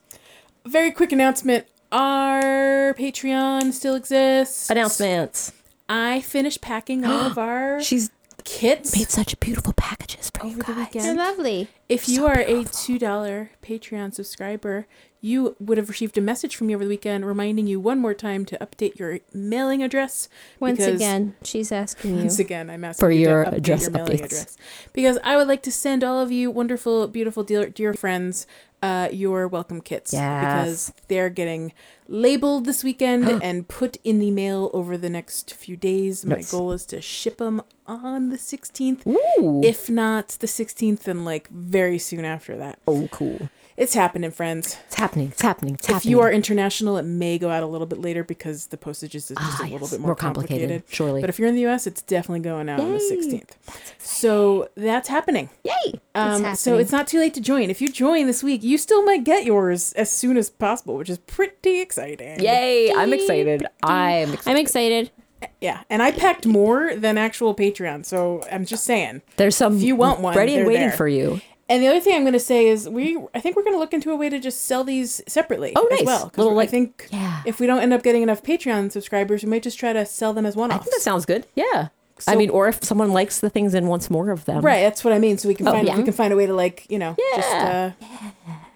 S2: Very quick announcement. Our Patreon still exists.
S5: Announcements.
S2: I finished packing all of our
S5: She's
S2: kits.
S5: made such beautiful packages for you guys.
S4: They're lovely.
S2: If you are a two dollar Patreon subscriber, you would have received a message from me over the weekend reminding you one more time to update your mailing address.
S4: Once
S2: because-
S4: again, she's asking you.
S2: Once again, I'm asking
S5: For
S2: you
S5: your
S2: to update
S5: address
S2: your mailing
S5: updates.
S2: address because I would like to send all of you wonderful, beautiful, dear, dear friends uh, your welcome kits because
S5: Yes.
S2: they're getting labeled this weekend and put in the mail over the next few days. My
S5: Nice.
S2: goal is to ship them on the 16th,
S5: Ooh.
S2: if not the 16th, and like very soon after that.
S5: oh, cool.
S2: It's happening, friends.
S5: It's happening. It's happening. It's
S2: If
S5: happening.
S2: you are international, it may go out a little bit later because the postage is just
S5: Ah,
S2: a little
S5: yes.
S2: bit more,
S5: More
S2: complicated.
S5: complicated, surely.
S2: But if you're in the US, it's definitely going out on the
S5: Yay.
S2: 16th. so that's happening.
S5: Yay.
S2: Um, so it's not too late to join. If you join this week, you still might get yours as soon as possible, which is pretty exciting.
S5: Yay. I'm excited. I'm excited.
S4: I'm excited.
S2: Yeah. And I packed more than actual Patreon. So I'm just saying.
S5: There's some
S2: If you want one,
S5: ready and
S2: they're
S5: waiting
S2: there.
S5: for you.
S2: And the other thing I'm going to say is we I think we're going to look into a way to just sell these separately
S5: Oh,
S2: as
S5: nice.
S2: well. 'cause
S5: Little,
S2: I
S5: like-
S2: think
S5: Yeah.
S2: if we don't end up getting enough Patreon subscribers, we might just try to sell them as
S5: I
S2: one-offs.
S5: think that sounds good. Yeah.
S2: So-
S5: I mean, or if someone likes the things and wants more of them.
S2: Right, that's what I mean. So we can find
S5: Um, Oh, yeah.
S2: we can find a way to like you know just uh,
S5: Yeah.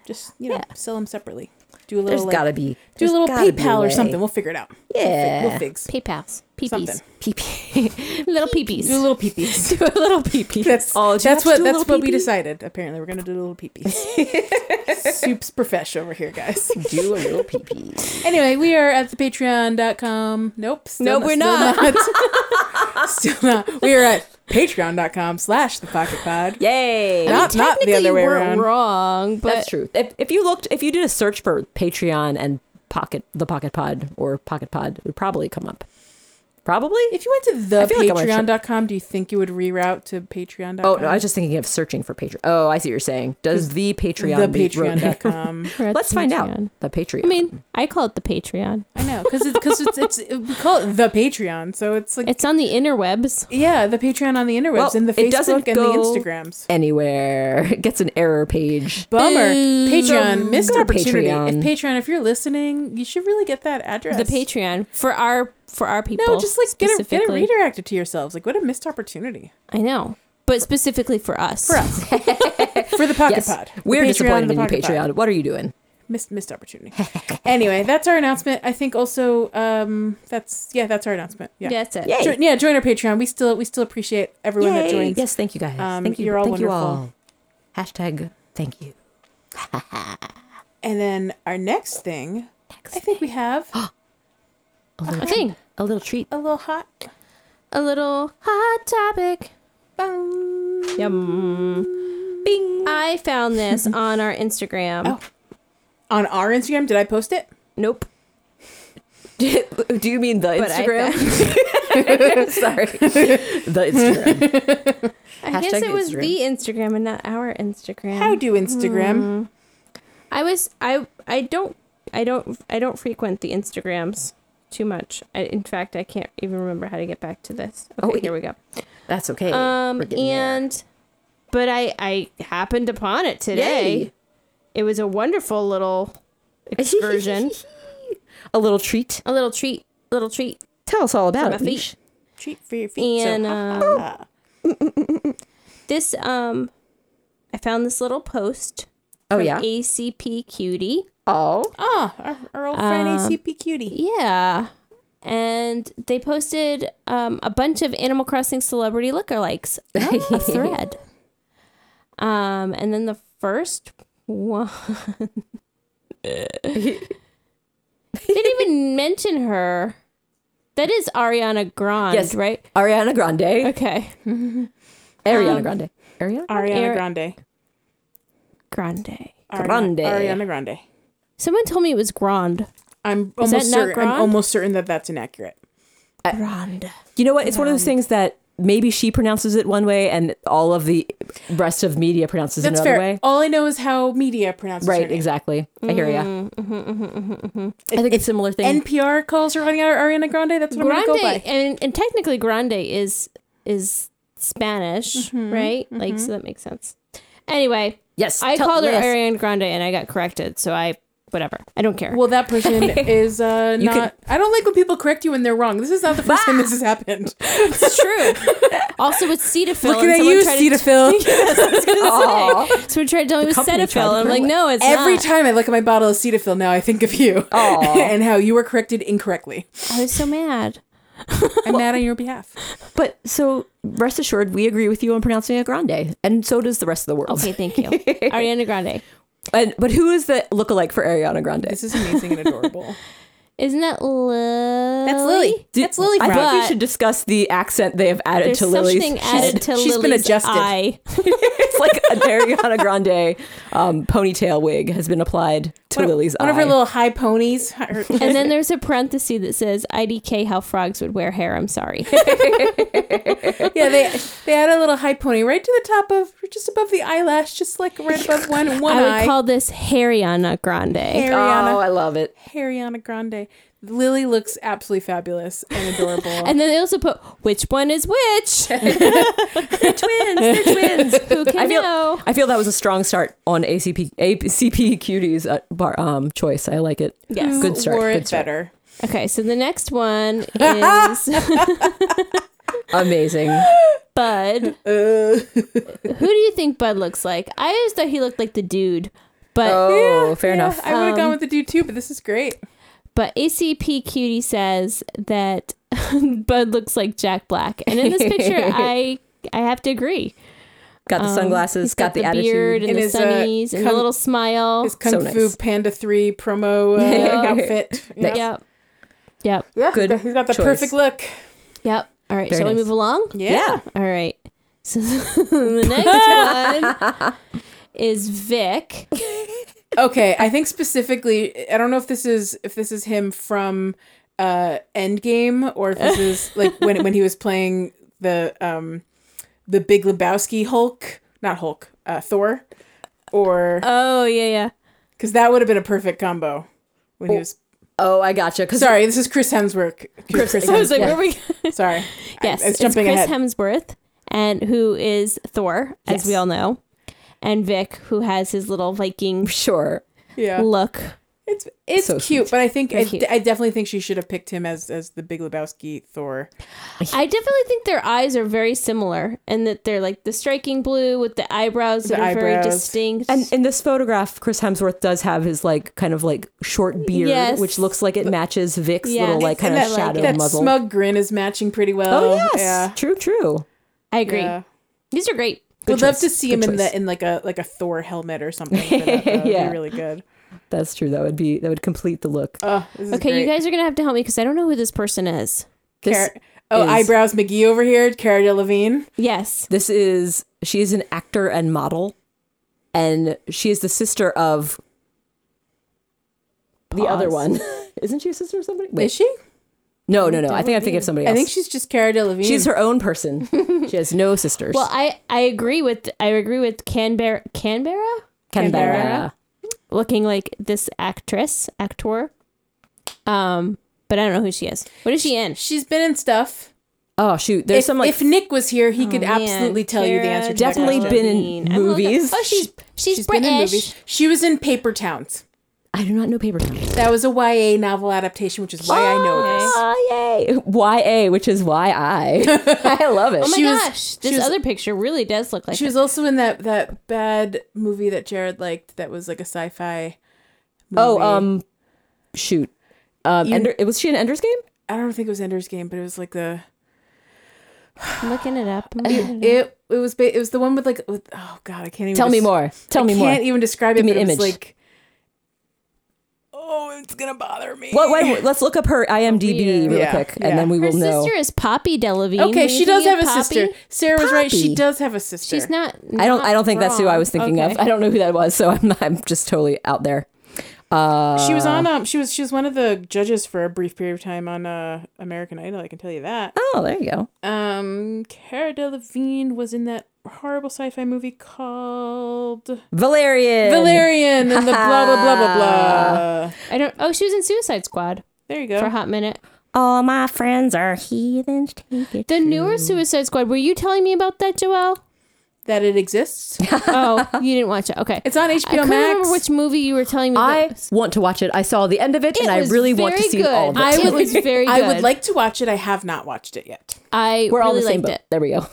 S2: just you know sell them separately. Do a little
S5: There's
S2: like,
S5: gotta be.
S2: do a
S5: there's
S2: little
S5: gotta be a
S2: PayPal or
S5: way.
S2: something. We'll figure it out.
S5: Yeah.
S2: we'll, fig- we'll
S4: PayPal's.
S2: something.
S4: Peepees.
S5: PP.
S4: Little peepees.
S2: Do a little peepees.
S5: do a little PP.
S2: That's
S5: oh, do you have
S2: that's
S5: to
S2: what
S5: do a
S2: that's
S5: little
S2: what we
S5: pee-pee?
S2: decided. Apparently, we're gonna do a little peepees. Soup's profesh over here, guys.
S5: Do a little PP.
S2: Anyway, we are at the Patreon.com. Nope. Still
S4: Nope, we're
S2: Still not. still not. We are at Patreon.com/slash The Pocket Pod.
S5: Yay.
S2: Not not the other way
S4: we're
S2: around.
S4: wrong, but
S5: That's true. If, if you looked, if you did a search for Patreon and Pocket, the Pocket Pod or Pocket Pod, it would probably come up. Probably.
S2: If you went to
S5: I
S2: the
S5: feel like I wanna try-
S2: patreon.com, do you think you would reroute to patreon.com?
S5: Oh no, I was just thinking of searching for Patreon. Oh, I see what you're saying. Does the Patreon
S2: the
S5: lead- road-
S2: patreon.com.
S4: we're at
S5: Let's
S4: the
S5: find
S4: Patreon.
S5: out the Patreon.
S4: I mean, I call it the Patreon.
S2: I know cuz it's cuz it's, it's we call it the Patreon. So it's like
S4: It's on the interwebs.
S2: yeah, the Patreon on the interwebs
S5: Well,
S2: and the
S5: it doesn't
S2: Facebook and
S5: go-
S2: the Instagrams.
S5: anywhere, it gets an error page.
S2: Bummer. Patreon missed
S5: Go to
S2: opportunity.
S5: Patreon.
S2: If Patreon if you're listening, you should really get that address.
S4: The Patreon for our for our people.
S2: No, just like get it get it
S4: specifically.
S2: redirected to yourselves. Like what a missed opportunity
S4: I know, but specifically for us. For us.
S2: for the Pocket
S5: Yes,
S2: Pod. The
S5: we're
S2: Patreon,
S5: disappointed
S2: the
S5: in you,
S2: Pocket Pod.
S5: Patreon. What are you doing?
S2: missed missed opportunity. anyway, that's our announcement. I think also um that's yeah, that's our announcement. Yeah.
S4: That's it.
S5: Yay.
S2: Jo- yeah, join our Patreon. We still we still appreciate everyone that
S5: Yay.
S2: joins.
S5: Yes, thank you guys.
S2: Um,
S5: thank you.
S2: you're all
S5: thank you
S2: wonderful.
S5: all. Hashtag thank you.
S2: And then our next thing, I think we have
S5: A little,
S4: A thing.
S5: a little treat.
S2: a little hot.
S4: A little hot topic.
S2: Bum.
S4: Yum. Bing. I found this on our Instagram.
S2: Oh. On our Instagram, did I post it?
S5: Nope. Do you mean the
S4: But I
S5: Instagram? Sorry, the Instagram.
S4: I guess
S5: Hashtag
S4: it was
S5: Instagram.
S4: the Instagram and not our Instagram.
S2: How do Instagram?
S4: I was I I don't I don't I don't frequent the Instagrams too much. I, in fact, I can't even remember how to get back to this.
S5: Oh,
S4: Okay,
S5: wait.
S4: here we go.
S5: That's okay.
S4: Um
S5: We're getting there.
S4: and but I I happened upon it today.
S5: Yay.
S4: It was a wonderful little excursion,
S5: a little treat.
S4: a little treat, little treat.
S5: Tell us all about
S4: my
S5: it.
S4: feet.
S5: Leash.
S2: Treat for your feet. so-
S4: And,
S2: ha,
S4: um,
S2: ha, ha.
S4: This um I found this little post
S5: Oh
S4: from
S5: yeah.
S4: ACP Cutie.
S5: Oh.
S2: ah, our, our old friend ACP Cutie.
S4: Yeah. And they posted um, a bunch of Animal Crossing celebrity lookalikes. Oh, a thread. Um, and then the first one didn't even mention her. That is Ariana Grande,
S5: Yes.
S4: right?
S5: Ariana Grande.
S4: Okay.
S2: Um,
S5: Ariana Grande. Ariana
S2: Ariana
S4: Eric-
S2: Grande.
S4: Grande.
S2: Ariana-
S5: Grande.
S2: Ariana Grande.
S4: Someone told me it was Grande.
S2: I'm almost
S4: not
S2: certain. I'm
S4: Grand?
S2: almost certain that that's inaccurate.
S4: Grande.
S5: You know what? It's one of those things that maybe she pronounces it one way and all of the rest of media pronounces it
S2: That's
S5: another
S2: fair.
S5: way.
S2: All I know is how media pronounces her
S5: Right,
S2: name.
S5: exactly. I hear ya. mm-hmm, I think it's a similar thing.
S2: NPR calls her Ari- Ariana Grande. That's what I'm
S4: Grande
S2: going to go by.
S4: and, and technically Grande is is Spanish,
S2: Mm-hmm,
S4: right? Like so that makes sense. Anyway,
S5: yes,
S4: I
S5: tell-
S4: called her
S5: yes.
S4: Ariana Grande and I got corrected, so I whatever. I don't care.
S2: Well, that person is uh,
S5: You
S2: not.
S5: could-
S2: I don't like when people correct you when they're wrong. This is not the first time this has happened.
S4: it's true. also with Cetaphil.
S2: Look
S4: and
S2: at
S4: someone
S2: you,
S4: tried
S2: Cetaphil.
S5: Aw.
S4: To, someone tried to tell me it was
S5: company tried to
S4: Cetaphil. I'm like,
S5: correct
S4: no, it's
S2: Every
S4: not.
S2: time I look at my bottle of Cetaphil, now I think of you
S5: Aw.
S2: and how you were corrected incorrectly.
S4: I was so mad.
S2: I'm mad on your behalf.
S5: But so rest assured, we agree with you on pronouncing it grande, and so does the rest of the world.
S4: Okay, thank you, Ariana Grande.
S5: And, but who is the lookalike for Ariana Grande?
S2: This is amazing and adorable.
S4: Isn't that Lily?
S2: That's Lily.
S5: Do-
S2: That's Lily
S5: I
S2: Brown.
S5: think we
S4: But-
S5: should discuss the accent they have added
S4: There's
S5: to
S4: something
S5: Lily's.
S4: added to
S2: she's been
S4: Lily's
S2: adjusted.
S4: eye.
S5: it's like an Ariana Grande um, ponytail wig has been applied to
S2: One of-
S5: Lily's
S2: One
S5: eye.
S2: of her little high ponies. Her-
S4: And then there's a parenthesis that says IDK how frogs would wear hair. I'm sorry.
S2: yeah, they they add a little high pony right to the top of, just above the eyelash, just like right above one one
S4: I would
S2: eye.
S4: call this Hariana Grande.
S5: Oh,
S2: Ariana,
S5: I love it.
S2: Ariana Grande. Lily looks absolutely fabulous and adorable.
S4: And then they also put which one is which?
S5: Twins, they're twins.
S4: Who can
S5: I feel-
S4: know?
S5: I feel that was a strong start on ACP ACP Cuties uh, bar, um, choice. I like it.
S4: Yes.
S5: good start.
S2: Wore
S5: Good
S2: it
S5: start.
S2: better.
S4: Okay, so the next one is
S5: Amazing.
S4: Bud.
S5: Oh,
S4: Who do you think Bud looks like? I always thought he looked like the dude, but
S5: Oh, fair
S2: Yeah,
S5: enough.
S2: I would have gone with the dude too, but this is great.
S4: But ACP Cutie says that Bud looks like Jack Black, and in this picture, I I have to agree.
S5: Got the
S4: Um,
S5: sunglasses.
S4: he's
S5: Got, the, attitude.
S4: beard and,
S2: And
S4: the
S2: his, uh,
S4: sunnies and the
S2: cum-
S4: little smile.
S2: His Kung
S5: oh, So
S2: Fu
S5: nice.
S2: Panda 3 promo uh,
S4: Yeah.
S2: outfit. Yeah.
S5: Nice.
S4: Yep. Yep.
S2: Yeah,
S5: Good
S2: he's got the
S5: choice.
S2: perfect look.
S4: Yep. All right.
S5: Very
S4: shall we
S5: nice.
S4: move along?
S2: Yeah.
S5: yeah.
S4: All right. So the next one is Vic.
S2: Okay, I think specifically, I don't know if this is if this is him from uh Endgame or if this is like when when he was playing the um the Big Lebowski Hulk, not Hulk, uh, Thor, or
S4: Oh yeah, yeah.
S2: because that would have been a perfect combo when he was.
S5: Oh, I gotcha. Because
S2: Sorry, this is Chris Hemsworth. Chris,
S4: I was like,
S5: Yeah.
S4: where we?
S2: Hemsworth. Sorry,
S4: yes,
S2: I, I
S4: it's
S2: was
S4: Chris
S2: jumping ahead.
S4: Hemsworth, and who is Thor, as
S5: Yes.
S4: we all know, and Vic, who has his little Viking
S5: sure.
S2: yeah,
S4: look.
S2: It's it's
S5: So
S2: cute, but I think I,
S4: cute.
S2: I definitely think she should have picked him as as the Big Lebowski Thor.
S4: I definitely think their eyes are very similar, and that they're like the striking blue with the eyebrows that
S2: The
S4: are very
S2: eyebrows.
S4: distinct.
S5: And in this photograph, Chris Hemsworth does have his like kind of like short beard,
S4: Yes.
S5: which looks like it matches Vic's
S4: Yeah.
S5: little like
S4: And
S5: kind of
S2: that,
S5: shadow
S2: that
S5: muzzle.
S2: smug grin is matching pretty well.
S5: oh yes,
S2: yeah,
S5: true, true.
S4: I agree.
S2: yeah.
S4: These are great.
S2: Would love to see
S5: Good
S2: him in
S5: choice.
S2: the in like a like a Thor helmet or something. for that, though. That'd
S5: Yeah.
S2: be really good.
S5: That's true. That would be that would complete the look.
S2: Oh, this is
S4: Okay, you
S2: great.
S4: guys are gonna have to help me because I don't know who this person is.
S5: This,
S2: Cara- oh,
S5: is-
S2: eyebrows McGee over here. Cara Delevingne.
S4: Yes.
S5: this is she is an actor and model, and she is the sister of the other
S4: Pause.
S5: one. Isn't she a sister of somebody? Wait,
S2: Is she?
S5: no, no, no. I think I'm thinking of somebody
S2: I
S5: else.
S2: think she's just Cara Delevingne.
S5: she's her own person. she has no sisters.
S4: Well, I I agree with I agree with Canberra Canberra
S5: Canberra.
S4: looking like this actress actor. Um, but I don't know who she is. What is she in?
S2: she's been in stuff.
S5: Oh shoot, there's
S2: if,
S5: some like Oh,
S2: if Nick was here, he could
S4: Man,
S2: absolutely tell you the
S4: Cara
S2: answer. to that
S5: Definitely
S2: question.
S5: been in
S4: Delevingne. I'm looking-
S5: movies.
S4: Oh, she's she's,
S2: She's
S4: British.
S2: been in movies. She was in Paper Towns.
S5: I do not know paper towns.
S2: That was a YA novel adaptation, which is why I know this.
S5: Oh, yay. YA, which is why I. I love it.
S4: Oh my
S2: She was-
S4: gosh, this
S2: was-
S4: other picture really does look like
S2: She
S4: her.
S2: was also in that that bad movie that Jared liked. That was like a sci-fi. Movie.
S5: oh, um, shoot. Um, Ender, was she in Ender's Game?
S2: I don't think it was Ender's Game, but it was like the
S4: I'm looking it up. I'm looking it up.
S2: it. It was ba- it was the one with like with, oh god, I can't even
S5: Tell me
S2: des-
S5: more. Tell
S2: I
S5: me
S2: can't
S5: more.
S2: even describe
S5: Give
S2: it.
S5: me
S2: but
S5: an
S2: it was
S5: image.
S2: like oh, it's gonna bother me.
S5: What, what, let's look up her IMDb real
S2: Yeah,
S5: quick,
S2: yeah.
S5: and then we
S4: Her
S5: will know.
S4: sister is Poppy Delevingne. Were
S2: Okay,
S4: you
S2: she does
S4: thinking
S2: have
S4: of
S2: a sister.
S4: Poppy?
S2: Sarah was right.
S5: Poppy.
S2: She does have a sister.
S4: She's not.
S5: I don't. I don't think that's who I was thinking of.
S2: Okay.
S5: I don't know who that was, so I'm. I'm just totally out there. Uh,
S2: She was on. Um, she was. She was one of the judges for a brief period of time on uh, American Idol. I can tell you that.
S5: oh, there you go.
S2: Um, Cara Delevingne was in that horrible sci-fi movie called
S5: Valerian.
S2: Valerian and the blah blah blah blah blah.
S4: I don't. Oh, she was in Suicide Squad
S2: There you
S4: for a
S2: go.
S4: hot minute.
S5: All my friends are heathens. Take it.
S4: The newer Suicide Squad. Were you telling me about that, Joelle?
S2: That it exists.
S4: Oh, you didn't watch it. Okay,
S2: It's on
S4: I
S2: HBO
S4: couldn't remember
S2: Max.
S4: which movie you were telling me.
S5: I
S4: that-
S5: want to watch it. I saw the end of it,
S4: It
S5: and I
S4: was
S5: really want to
S4: very
S5: see
S4: good.
S5: all of it.
S4: I would- was very
S2: I would
S4: good.
S2: like to watch it. I have not watched it yet.
S4: I
S5: We're all
S4: really
S5: the same
S4: liked
S5: boat.
S4: it.
S5: There we go.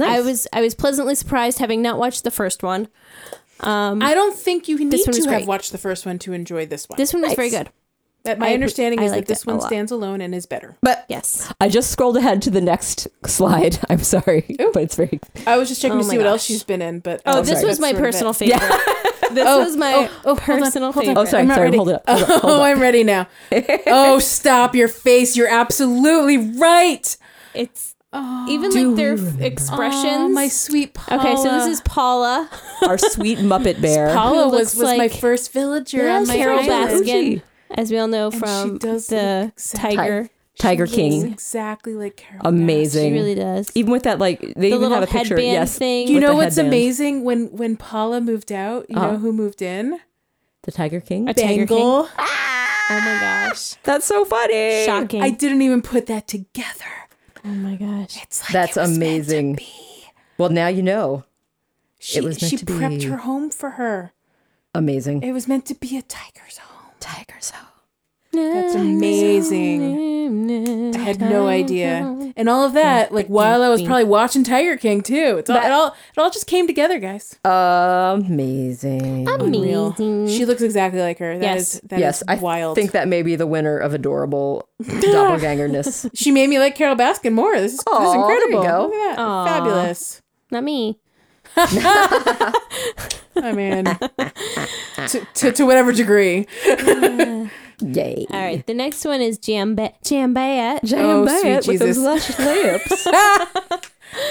S4: I was I was pleasantly surprised having not watched the first one. Um,
S2: I don't think you need
S4: This one
S2: to
S4: was
S2: have
S4: great.
S2: watched the first one to enjoy this one.
S4: this one was very
S5: Nice.
S4: good.
S2: that my
S4: I-
S2: understanding
S4: I
S2: is that
S4: liked
S2: this
S4: it a
S2: one
S4: lot.
S2: stands alone and is better.
S5: But
S4: Yes.
S5: I just scrolled ahead to the next slide. I'm sorry, but it's very.
S2: I was just checking
S4: Oh
S2: to
S4: my
S2: see what else
S4: gosh.
S2: she's been in, but
S4: Oh,
S2: um,
S4: this
S5: sorry.
S4: was my
S2: that's sort of it.
S4: personal favorite. This was my
S2: oh, hold on,
S4: personal
S2: hold on.
S4: favorite.
S5: Oh, sorry,
S2: I'm not
S5: sorry.
S2: ready.
S5: Hold it up. Hold up. Hold
S2: Oh,
S5: up.
S2: I'm ready now. oh, stop your face. You're absolutely right.
S4: It's even like their f- expressions.
S2: Oh, my sweet Paula.
S4: okay, so this is Paula.
S5: Our sweet Muppet Bear.
S2: Paula
S4: who
S2: was,
S4: looks
S2: was my
S4: like-
S2: first villager on my
S4: Carol
S2: island.
S4: Baskin, as we all know
S2: she
S4: from
S2: does
S4: the
S2: look exactly-
S4: Tiger.
S5: Tiger
S2: She
S5: King.
S2: looks exactly like Carol.
S5: Amazing.
S4: She really does.
S5: even with that, like they
S4: The
S5: even
S4: little
S5: have a picture.
S4: headband
S5: yes,
S4: thing.
S2: Baskin. You
S5: with
S2: know
S5: the
S2: what's
S5: headband.
S2: amazing? When when Paula moved out, you
S5: Uh-huh.
S2: know who moved in?
S5: The Tiger King.
S4: A Tiger King.
S2: Bangle.
S4: Oh my gosh.
S5: That's so funny.
S4: Shocking.
S2: I didn't even put that together.
S4: oh my gosh.
S2: It's like
S5: That's
S2: it was meant to
S5: amazing.
S2: be.
S5: Well, now you know.
S2: She,
S5: was meant
S2: she
S5: to
S2: prepped
S5: be.
S2: her home for her.
S5: Amazing.
S2: It was meant to be a tiger's home.
S5: Tiger's home.
S2: That's amazing. I had no idea. And all of that, like while I was probably watching Tiger King too. It's all, it all it all just came together, guys.
S5: Amazing.
S2: Unreal. She looks exactly like her. That
S4: Yes.
S2: is that is
S5: Mm-hmm. yes, I
S2: wild.
S5: think that may be the winner of adorable doppelgangerness.
S2: she made me like Carol Baskin more. This is, this is
S5: Aw, there you
S2: incredible.
S5: go.
S2: Look at that. Fabulous.
S4: Not me.
S2: I mean, to, to, to whatever degree.
S5: Yay.
S4: All right. The next one is Jamba Jambayette.
S2: Oh,
S5: Damn
S2: sweet
S5: it, with those lush
S2: Jesus.
S5: lips.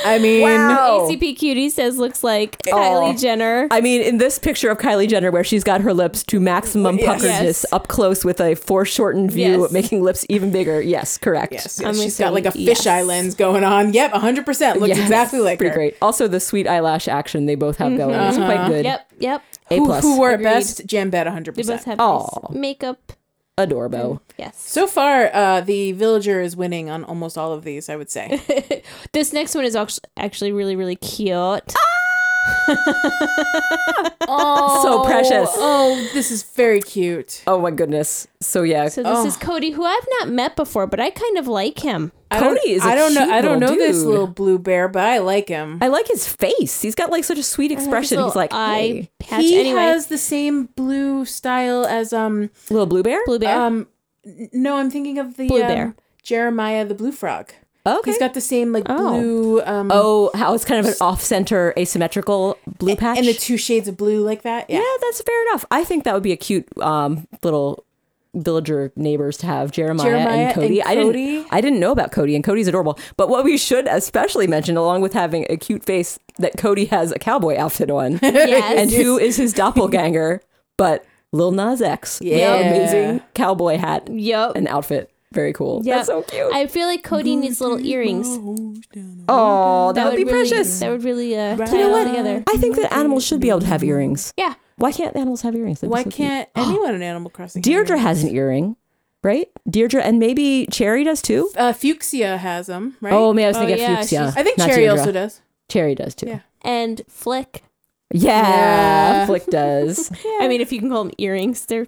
S2: I mean,
S5: Wow.
S4: ACP Cutie says looks like
S5: Oh.
S4: Kylie Jenner.
S5: I mean, in this picture of Kylie Jenner, where she's got her lips to maximum
S2: Yes.
S5: puckeredness
S4: Yes.
S5: up close with a foreshortened view,
S4: Yes.
S5: making lips even bigger. Yes, correct.
S2: yes,
S4: I'm
S2: yes, she's
S4: gonna
S2: got like a
S4: say
S2: fisheye
S4: yes.
S2: lens going on. Yep, 100%. Looks
S5: Yes.
S2: exactly like
S5: Pretty
S2: her. Mm-hmm.
S5: great. Also, the sweet eyelash action they both have going is quite good.
S4: Yep. Yep.
S5: A
S2: Who,
S5: plus.
S2: who were at
S4: Agreed.
S2: best? Jam bet 100%.
S4: They both have
S5: Aw.
S4: nice makeup.
S5: Adorbo.
S4: Yes.
S2: So far, uh, the villager is winning on almost all of these, I would say.
S4: This next one is actu- actually really, really cute.
S5: Ah.
S2: oh,
S5: So precious.
S2: Oh, this is very cute.
S5: Oh my goodness. So yeah,
S4: So this is Cody, who I've not met before, but I kind of like him.
S2: I don't-
S5: Cody is a
S2: I don't know.
S5: cute
S2: I don't know
S5: little
S2: this
S5: dude.
S2: little blue bear, but I like him.
S5: I like his face. He's got like such a sweet expression. He's
S4: little
S5: like,
S4: eye
S5: hey,
S4: patch.
S2: he
S4: anyway,
S2: has the same blue style as um
S5: little blue bear.
S4: blue bear.
S2: um. n- No, I'm thinking of the
S4: Blue
S2: um,
S4: bear.
S2: Jeremiah the blue frog.
S5: Okay.
S2: He's got the same like
S5: Oh.
S2: blue um
S5: oh, how it's kind of an off-center, asymmetrical blue patch.
S2: and the two shades of blue like that. Yeah.
S5: yeah, that's fair enough. I think that would be a cute um, little villager neighbors to have Jeremiah,
S2: Jeremiah
S5: and
S2: and
S5: Cody. I
S2: Cody.
S5: didn't I didn't know about Cody and Cody's adorable. But what we should especially mention along with having a cute face that Cody has a cowboy outfit on.
S4: yes.
S5: and who is his doppelganger but Lil Nas X. with
S2: Yeah.
S5: an Amazing cowboy hat
S4: Yep.
S5: and outfit. Very cool.
S4: Yep.
S5: That's so cute.
S4: I feel like Cody needs little earrings.
S5: oh, that, would be
S4: really,
S5: precious.
S4: That would really uh, tie
S2: You
S4: it
S2: know
S4: all
S2: what?
S4: together.
S5: I think that animals should be able to have earrings.
S4: Yeah.
S5: Why can't animals have earrings? That'd be
S2: Why
S5: so cute.
S2: can't anyone in Animal Crossing? have
S5: Deirdre
S2: them?
S5: has an earring, right? Deirdre and maybe Cherry does too.
S2: uh, Fuchsia has them, right?
S5: Oh, man, I was
S4: Oh,
S5: thinking
S4: yeah,
S5: of fuchsia.
S4: she's-
S2: I think
S5: not
S2: Cherry
S5: Deirdre.
S2: also does.
S5: Cherry does too.
S2: Yeah.
S5: Yeah,
S4: And Flick.
S2: Yeah.
S5: Flick does.
S4: I mean, if you can call them earrings, they're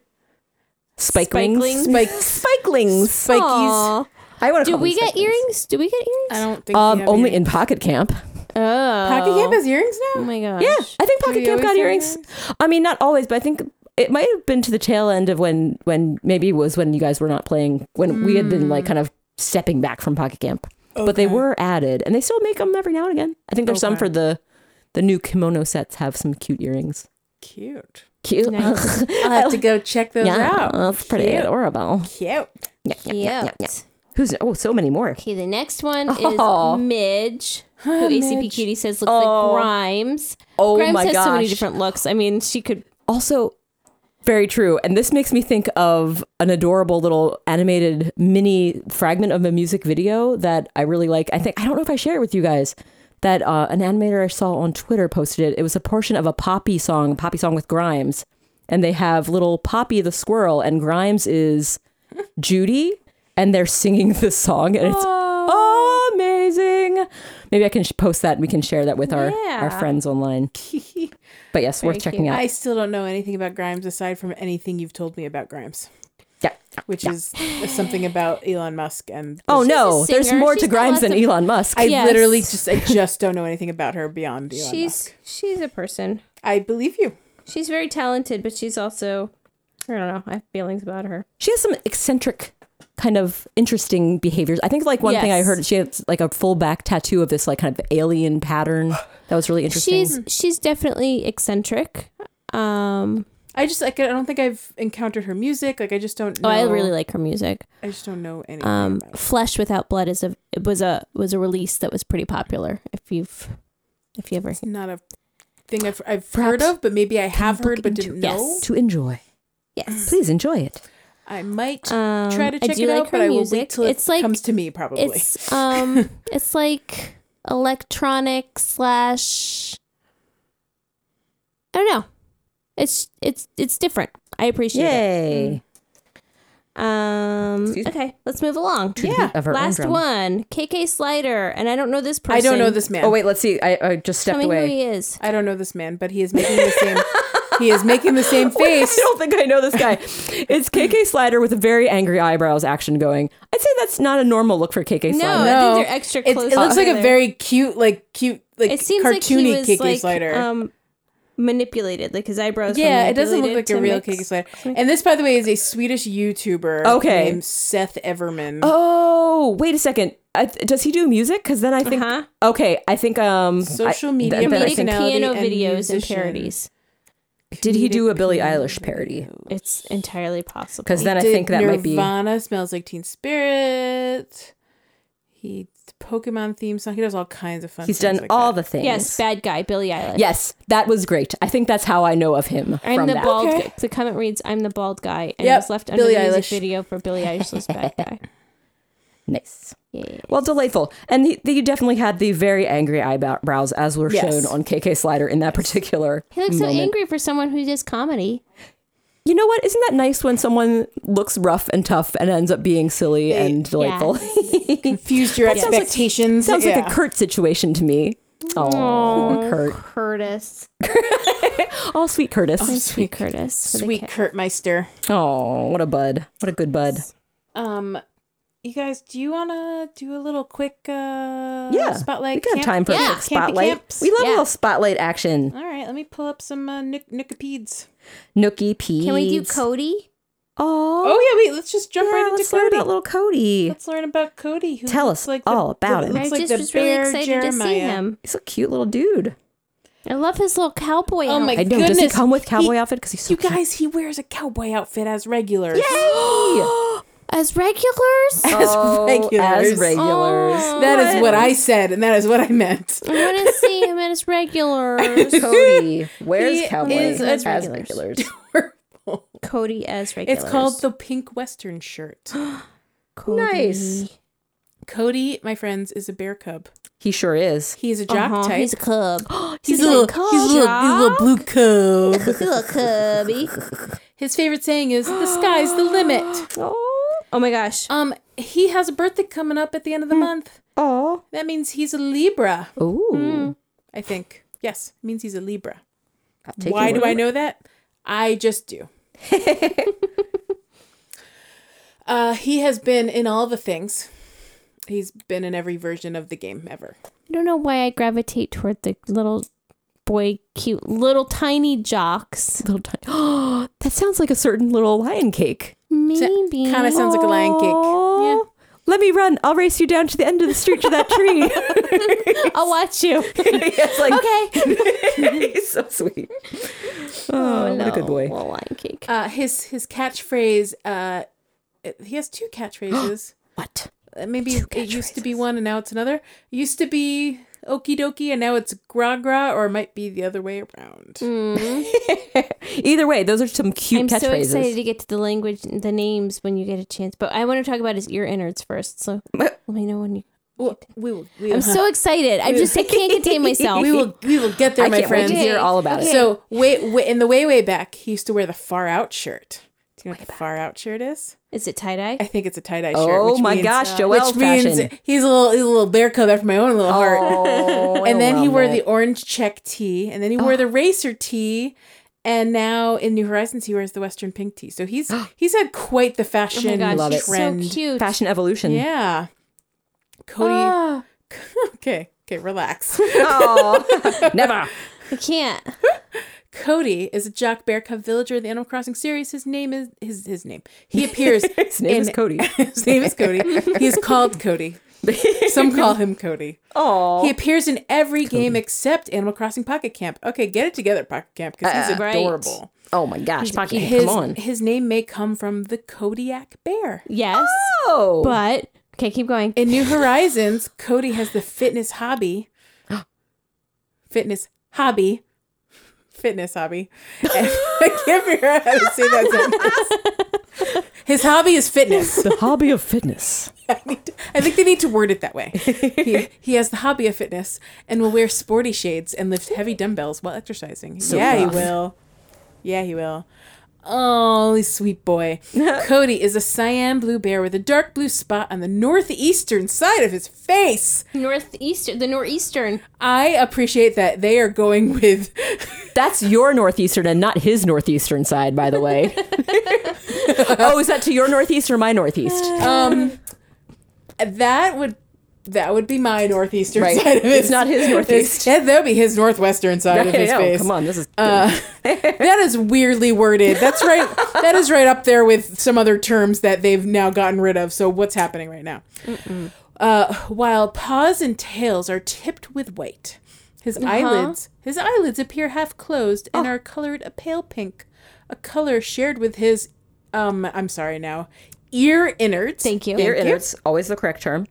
S5: Spike wings.
S4: Spikelings.
S2: Spike,
S5: Spikelings.
S2: spikies.
S4: Aw.
S5: I want to.
S4: Do we get earrings? Do we get earrings?
S2: I don't think
S5: Um,
S2: we have
S5: only
S2: earrings.
S5: in Pocket Camp.
S4: Oh.
S2: Pocket Camp has earrings
S4: Oh
S2: now.
S4: my gosh.
S5: Yeah, I think Pocket
S2: we
S5: Camp got
S2: always have
S5: earrings. I mean, not always, but I think it might have been to the tail end of when when maybe it was when you guys were not playing when we had been like kind of stepping back from Pocket Camp. But they
S2: Mm. Okay.
S5: were added, and they still make them every now and again. I think there's some
S2: Okay.
S5: for the the new kimono sets have some cute earrings.
S2: Cute.
S5: Cute.
S4: Nice.
S2: I'll have to go check those
S5: yeah, oh,
S2: out.
S5: that's pretty
S2: Cute.
S5: adorable.
S2: Cute.
S5: Yeah, yeah, yeah, yeah, yeah.
S4: Cute.
S5: Who's oh, so many more.
S4: Okay, the next one
S5: Oh.
S4: is Midge, who ACP Cutie says looks
S5: Oh.
S4: like Grimes.
S5: Oh
S4: Grimes
S5: my
S4: has so many
S5: gosh.
S4: different looks. I mean, she could.
S5: Also, very true. And this makes me think of an adorable little animated mini fragment of a music video that I really like. I think I don't know if I share it with you guys. That uh, an animator I saw on Twitter posted it. It was a portion of a Poppy song, Poppy song with Grimes, and they have little Poppy the squirrel, and Grimes is Judy, and they're singing this song, and it's
S2: Oh.
S5: oh, amazing. Maybe I can sh- post that and we can share that with our our
S4: Yeah.
S5: friends online. But yes, worth checking out.
S2: I still don't know anything about Grimes aside from anything you've told me about Grimes,
S5: yeah.
S2: which is something about Elon Musk and
S5: Oh
S4: She's a
S5: no, there's
S4: singer.
S5: more
S4: She's
S5: to
S4: got
S5: Grimes
S4: lots
S5: than
S4: of-
S5: Elon Musk.
S2: I
S4: Yes.
S2: literally just I just don't know anything about her beyond Elon
S4: She's
S2: Musk.
S4: she's a person.
S2: I believe you.
S4: She's very talented, but she's also I don't know. I have feelings about her.
S5: she has some eccentric kind of interesting behaviors. I think like one thing I
S4: Yes.
S5: heard she has like a full back tattoo of this like kind of alien pattern that was really interesting.
S4: She's she's definitely eccentric. Um,
S2: I just like I don't think I've encountered her music. Like I just don't.
S4: oh,
S2: know.
S4: I really like her music.
S2: I just don't know anything.
S4: Um,
S2: about it.
S4: Flesh Without Blood is a it was a was a release that was pretty popular. If you've if you ever
S2: It's not a thing I've I've
S5: Perhaps
S2: heard of, but maybe I have
S5: look
S2: heard but
S5: into-
S2: didn't
S4: Yes.
S2: know.
S5: to enjoy.
S4: yes,
S5: Please enjoy it.
S2: I might
S4: um,
S2: try to
S4: I
S2: check
S4: do
S2: it
S4: like
S2: out,
S4: her
S2: but I will
S4: music.
S2: wait till
S4: it's
S2: it
S4: like
S2: comes to me probably.
S4: it's um it's like electronic slash I don't know. It's it's it's different. I appreciate it.
S5: Yay.
S4: Um.
S5: Excuse me.
S4: Okay, let's move along.
S5: the beat of her own
S4: Last
S5: drum.
S4: one, KK Slider, and I don't know this person.
S2: I don't know this man.
S5: Oh wait, let's see. I, I just
S4: Tell
S5: stepped
S4: me who
S5: away.
S4: he is.
S2: I don't know this man, but he is making the same. he is making the same
S5: I
S2: face.
S5: don't think I know this guy. it's KK Slider with a very angry eyebrows action going. I'd say that's not a normal look for KK
S4: No,
S5: Slider.
S4: I think they're extra
S2: It's-
S4: close.
S2: it looks like a
S4: together.
S2: very cute, like cute, like
S4: It seems like he
S2: cartoony
S4: was
S2: KK
S4: like
S2: slider.
S4: um manipulated, like his eyebrows. were
S2: yeah, it doesn't look
S4: manipulated
S2: like
S4: to
S2: a real
S4: mix-
S2: KK slider. And this, by the way, is a Swedish YouTuber
S5: Okay.
S2: named Seth Everman.
S5: Oh, wait a second. I, does he do music? Because then I think.
S4: Uh-huh.
S5: Okay, I think. Um,
S2: Social
S5: I-
S2: media
S5: then- then I
S4: Comedic
S5: think-
S2: personality
S4: piano
S2: and
S4: videos and
S2: musician.
S4: parodies.
S5: Did he do a Billie Eilish parody?
S4: It's entirely possible.
S5: Because then I
S2: Did
S5: think that
S2: Nirvana
S5: might be.
S2: smells like Teen Spirit. He Pokemon theme song. He does all kinds of fun.
S5: He's
S2: things
S5: done
S2: like
S5: all
S2: that.
S5: the things.
S4: yes, bad guy Billie Eilish.
S5: Yes, that was great. I think that's how I know of him.
S4: I'm
S5: from
S4: the
S5: that.
S4: bald.
S2: Okay.
S4: guy. The comment reads, "I'm the bald guy," and
S2: Yep,
S4: was left under
S2: Billie
S4: the music
S2: Eilish.
S4: video for Billie Eilish's bad guy.
S5: Nice.
S4: Yeah.
S5: Well, delightful. And he, he definitely had the very angry eyebrows, as were
S2: Yes.
S5: shown on KK Slider in that particular.
S4: He looks
S5: moment.
S4: so angry for someone who does comedy.
S5: You know what? Isn't that nice when someone looks rough and tough and ends up being silly and delightful?
S2: Confused your
S5: sounds like-
S2: expectations.
S5: Sounds like
S2: Yeah.
S5: a Kurt situation to me. Oh, Kurt.
S4: Curtis.
S5: Oh, sweet Curtis.
S4: Sweet Curtis. with a
S2: sweet
S4: K.
S2: Kurt Meister.
S5: Oh, what a bud. What a good bud.
S2: Um, you guys, do you want to do a little quick uh
S5: Yeah.
S2: spotlight?
S5: we got
S2: camp?
S5: time for
S4: Yeah.
S5: a
S4: Campy
S5: quick spotlight.
S2: camps.
S5: We love a
S4: Yeah.
S5: little spotlight action.
S2: All right, let me pull up some uh, nook- Nookipedes.
S5: Nookie P.
S4: Can we do Cody?
S5: Oh,
S2: Oh yeah, wait, let's just jump right into
S5: let's learn
S2: Cody.
S5: about little Cody.
S2: Let's learn about Cody. Who
S5: Tell
S2: looks
S5: us
S2: like the-
S5: all about
S2: the-
S5: him.
S2: looks
S4: I
S2: like
S4: just
S2: the
S4: was really
S2: bear
S4: excited to see
S2: Jeremiah.
S4: him.
S5: He's a cute little dude.
S4: I love his little cowboy.
S2: Oh my
S5: I
S4: outfit.
S5: know. Does he
S2: Goodness,
S5: come with cowboy
S2: he-
S5: outfit? Because he's so
S2: You
S5: cute.
S2: guys, he wears a cowboy outfit as regulars.
S4: As regulars?
S2: As
S5: As
S2: regulars.
S5: regulars.
S4: Oh,
S2: That is what I said, and that is what I meant.
S4: I want to see him as regulars.
S5: Cody wears
S2: He
S5: cowboy
S2: is
S5: as
S2: as
S5: regulars.
S4: Cody as regulars.
S2: It's called the pink western shirt.
S4: Cody.
S5: Nice.
S2: Cody, my friends, is a bear cub.
S5: He sure is.
S2: He is a jock
S4: Uh-huh,
S2: type.
S4: He's a cub.
S2: He's a little, he's a little, he's a little blue cub.
S4: He's a little cubby.
S2: His favorite saying is, "The sky's the limit."
S5: Oh,
S4: Oh my gosh.
S2: Um, he has a birthday coming up at the end of the month.
S5: oh,
S2: That means he's a Libra.
S5: ooh.
S2: Hmm. I think. Yes, it means he's a Libra.
S5: I'll take
S2: Why
S5: your
S2: do
S5: word.
S2: I know that? I just do. uh, he has been in all the things. He's been in every version of the game ever.
S4: I don't know why I gravitate toward the little boy, cute little tiny jocks.
S5: Little tiny. Oh, that sounds like a certain little lion cake.
S4: Maybe
S2: Kind of sounds like a lion cake.
S5: Oh, Let me run. I'll race you down to the end of the street to that tree.
S4: I'll watch you.
S5: it's
S2: Oh,
S5: like,
S4: Okay.
S5: he's so sweet. Oh, what a good boy.
S4: Well, lion cake.
S2: Uh, his his catchphrase. Uh, it- he has two catchphrases.
S5: What?
S2: Uh, Maybe it used to be one and now it's another. It used to be okie dokie and now it's gra gra, or it might be the other way around.
S5: Mm. Either way, those are some cute
S4: I'm so
S5: catchphrases.
S4: excited to get to the language, the names when you get a chance. But I want to talk about his ear innards first. So let me know when you.
S2: Well, we will. We
S5: uh-huh.
S2: will
S4: I'm so excited. I just I can't contain myself.
S2: we will we will get there,
S5: I
S2: my
S5: can't wait
S2: friends.
S5: to hear all about it.
S2: So way, way in the way way back, he used to wear the far out shirt. Do you know what the far out shirt is?
S4: Is it tie dye?
S2: I think it's a tie dye shirt.
S5: Oh
S2: which
S5: my
S2: means-
S5: gosh, Joelle
S2: which means
S5: fashion.
S2: he's a little he's a little bear cub after my own little heart.
S5: Oh, I
S2: and then he
S5: love
S2: wore
S5: it. Oh.
S2: the orange check tee, and then he wore the racer tee, and now in New Horizons he wears the western pink tee. So he's he's had quite the
S4: Oh my
S2: fashion
S4: gosh,
S5: Love
S4: he's
S5: it.
S2: trend.
S4: so cute.
S5: fashion evolution.
S2: Yeah, Cody.
S5: Ah.
S4: Ah,
S2: okay, okay, relax.
S5: Oh, never.
S4: I can't.
S2: Cody is a jock bear cub villager in the Animal Crossing series. His name is his his name. He appears.
S5: His name
S2: in-
S5: is Cody.
S2: his name is Cody. He is called Cody. Some call him Cody.
S5: Oh,
S2: He appears in every game except Animal Crossing Pocket Camp. Okay, get it together, Pocket Camp, because he's
S4: right.
S2: adorable.
S5: oh my gosh, Pocky,
S2: His,
S5: come on.
S2: his name may come from the Kodiak bear.
S4: Yes,
S5: Oh,
S4: but okay, keep going.
S2: In New Horizons, Cody has the fitness hobby. Fitness hobby. Fitness hobby. And I can't figure out how to say that sentence. His hobby is fitness.
S5: the hobby of fitness.
S2: I, need to- I think they need to word it that way. He, he has the hobby of fitness and will wear sporty shades and lift heavy dumbbells while exercising. yeah,
S5: rough.
S2: he will. Yeah, he will. Oh, he's sweet boy. Cody is a cyan blue bear with a dark blue spot on the northeastern side of his face.
S4: Northeastern, the northeastern.
S2: I appreciate that they are going with
S5: That's your northeastern and not his northeastern side, by the way. oh, is that to your northeast or my northeast?
S2: um that would that would be my northeastern
S5: Right.
S2: side of his.
S5: It's not his northeast.
S2: That would be his northwestern side of
S5: I
S2: his
S5: know,
S2: face.
S5: oh, Come on, this is
S2: That is weirdly worded. That's right. that is right up there with some other terms that they've now gotten rid of. So what's happening right now? Uh, while paws and tails are tipped with white, his
S4: Uh-huh.
S2: eyelids his eyelids appear half closed
S4: Oh.
S2: and are colored a pale pink, a color shared with his um. I'm sorry now. Ear innards.
S4: Thank you.
S5: ear innards, always the correct term.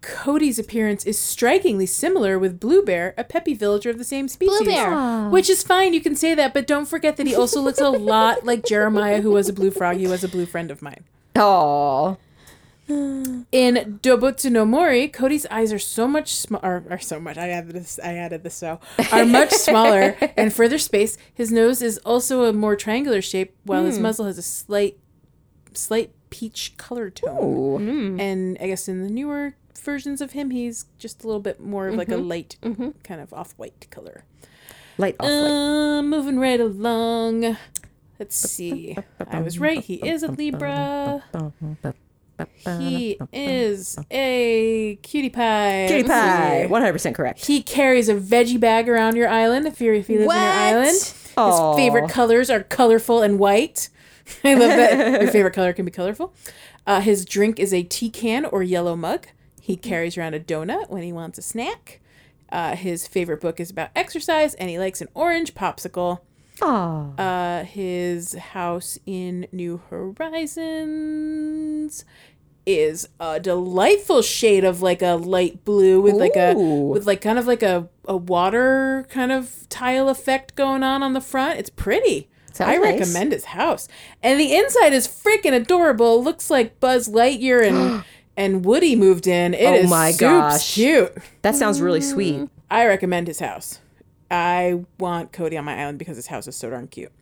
S2: Cody's appearance is strikingly similar with Blue Bear, a peppy villager of the same species.
S4: Blue Bear.
S2: Which is fine, you can say that, but don't forget that he also looks a lot like Jeremiah, who was a blue frog. He was a blue friend of mine.
S5: Oh,
S2: In Dobutsu no Mori, Cody's eyes are so much smaller, are so much. I added this. I added this. So are much smaller and further space. His nose is also a more triangular shape, while his muzzle has a slight, slight peach color tone. And I guess in the newer versions of him, he's just a little bit more of like a light, kind of off-white color.
S5: light off. light.
S2: Uh, moving right along. Let's see. I was right. He is a Libra. He is a cutie pie.
S5: Cutie pie, one hundred percent correct.
S2: He carries a veggie bag around your island if, you're, if he lives on your island.
S5: Aw.
S2: His favorite colors are colorful and white. I love that your favorite color can be colorful. Uh, his drink is a tea can or yellow mug. He carries around a donut when he wants a snack. Uh, his favorite book is about exercise, and he likes an orange popsicle.
S5: Aw.
S2: Uh, his house in New Horizons is a delightful shade of like a light blue with like a
S5: Ooh.
S2: with like kind of like a, a water kind of tile effect going on on the front. It's pretty.
S5: Sounds
S2: I
S5: nice.
S2: recommend his house. And the inside is freaking adorable. Looks like Buzz Lightyear and and Woody moved in. It
S5: Oh
S2: is
S5: my
S2: soups
S5: gosh.
S2: cute.
S5: That sounds really sweet.
S2: I recommend his house. I want Cody on my island because his house is so darn cute.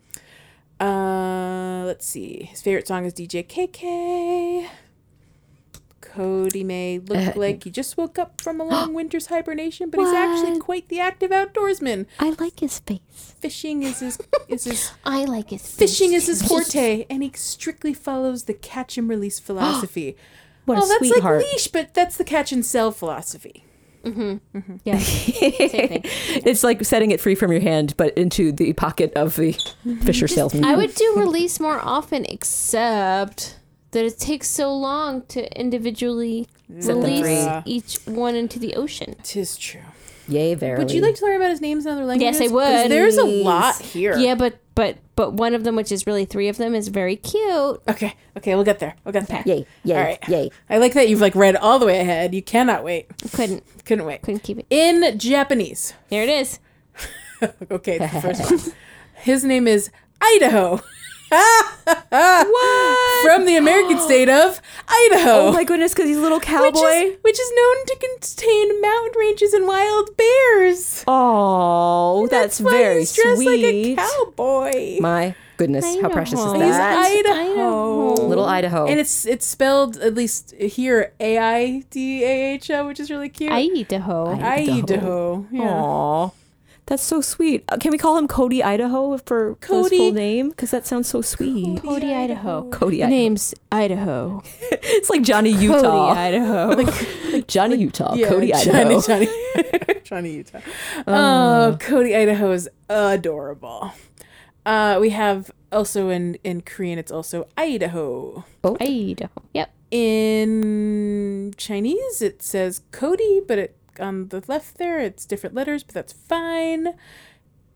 S2: Uh, let's see. His favorite song is DJ KK. Cody may look like he just woke up from a long winter's hibernation, but he's actually quite the active outdoorsman.
S4: I like his face.
S2: Fishing is his is his
S4: I like his face.
S2: fishing is his forte, and he strictly follows the catch and release philosophy.
S5: What
S2: oh,
S5: a
S2: that's
S5: sweet heart.
S2: like leash, but that's the catch and sell philosophy.
S4: Yeah.
S5: It's like setting it free from your hand, but into the
S2: Mm-hmm.
S5: pocket of the fisher salesman.
S4: I would do release more often, except that it takes so long to individually
S5: Set them
S4: release
S2: free.
S4: each one into the ocean.
S2: Tis true.
S5: Yay, verily.
S2: Would you like to learn about his names in other languages?
S4: Yes, I
S2: 'Cause
S4: would.
S2: There's a lot here.
S4: Yeah, but but but one of them, which is really three of them, is very cute.
S2: Okay. Okay. We'll get there. We'll get there.
S5: Yay, yay,
S2: All right.
S5: yay.
S2: I like that you've like read all the way ahead. You cannot wait.
S4: Couldn't
S2: Couldn't wait.
S4: couldn't keep it.
S2: In Japanese.
S4: There it is.
S2: Okay. It's the first one. His name is Idaho. what? From the American state of Idaho.
S5: Oh my goodness, because he's a little
S2: which
S5: cowboy.
S2: is, which is known to contain mountain ranges and wild bears.
S5: Oh, that's,
S2: why
S5: very
S2: he's dressed
S5: sweet.
S2: like a cowboy.
S5: My goodness, how precious is
S4: Idaho.
S2: He's
S5: that?
S2: Idaho.
S5: Little Idaho.
S2: And it's it's spelled at least here A I D A H O, which is really cute.
S4: Idaho.
S2: Idaho.
S5: Idaho.
S2: Yeah.
S5: Aw. That's so sweet. Uh, Can we call him Cody Idaho for for his
S2: Cody.
S5: full name? Because that sounds so sweet.
S4: Cody, Idaho.
S5: Cody Idaho.
S4: Name's Idaho.
S5: It's like Johnny Utah.
S4: Cody, Idaho.
S5: Like Johnny Utah.
S2: Yeah,
S5: Cody
S2: Johnny,
S5: Idaho. Um.
S2: Johnny, Johnny Utah. Oh, Cody Idaho is adorable. Uh, we have also in in Korean, it's also Idaho.
S5: Oh.
S4: Idaho. Yep.
S2: In Chinese, it says Cody, but it, on the left there, it's different letters, but that's fine.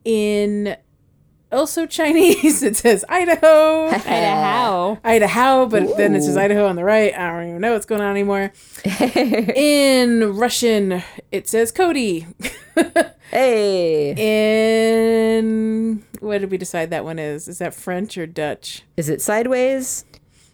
S2: In also Chinese, it says Idaho.
S5: Uh,
S4: Idaho.
S2: Idaho, but then it says Idaho on the right. I don't even know what's going on anymore. In Russian, it says Cody.
S5: Hey.
S2: In what did we decide that one is? Is that French or Dutch?
S5: Is it sideways?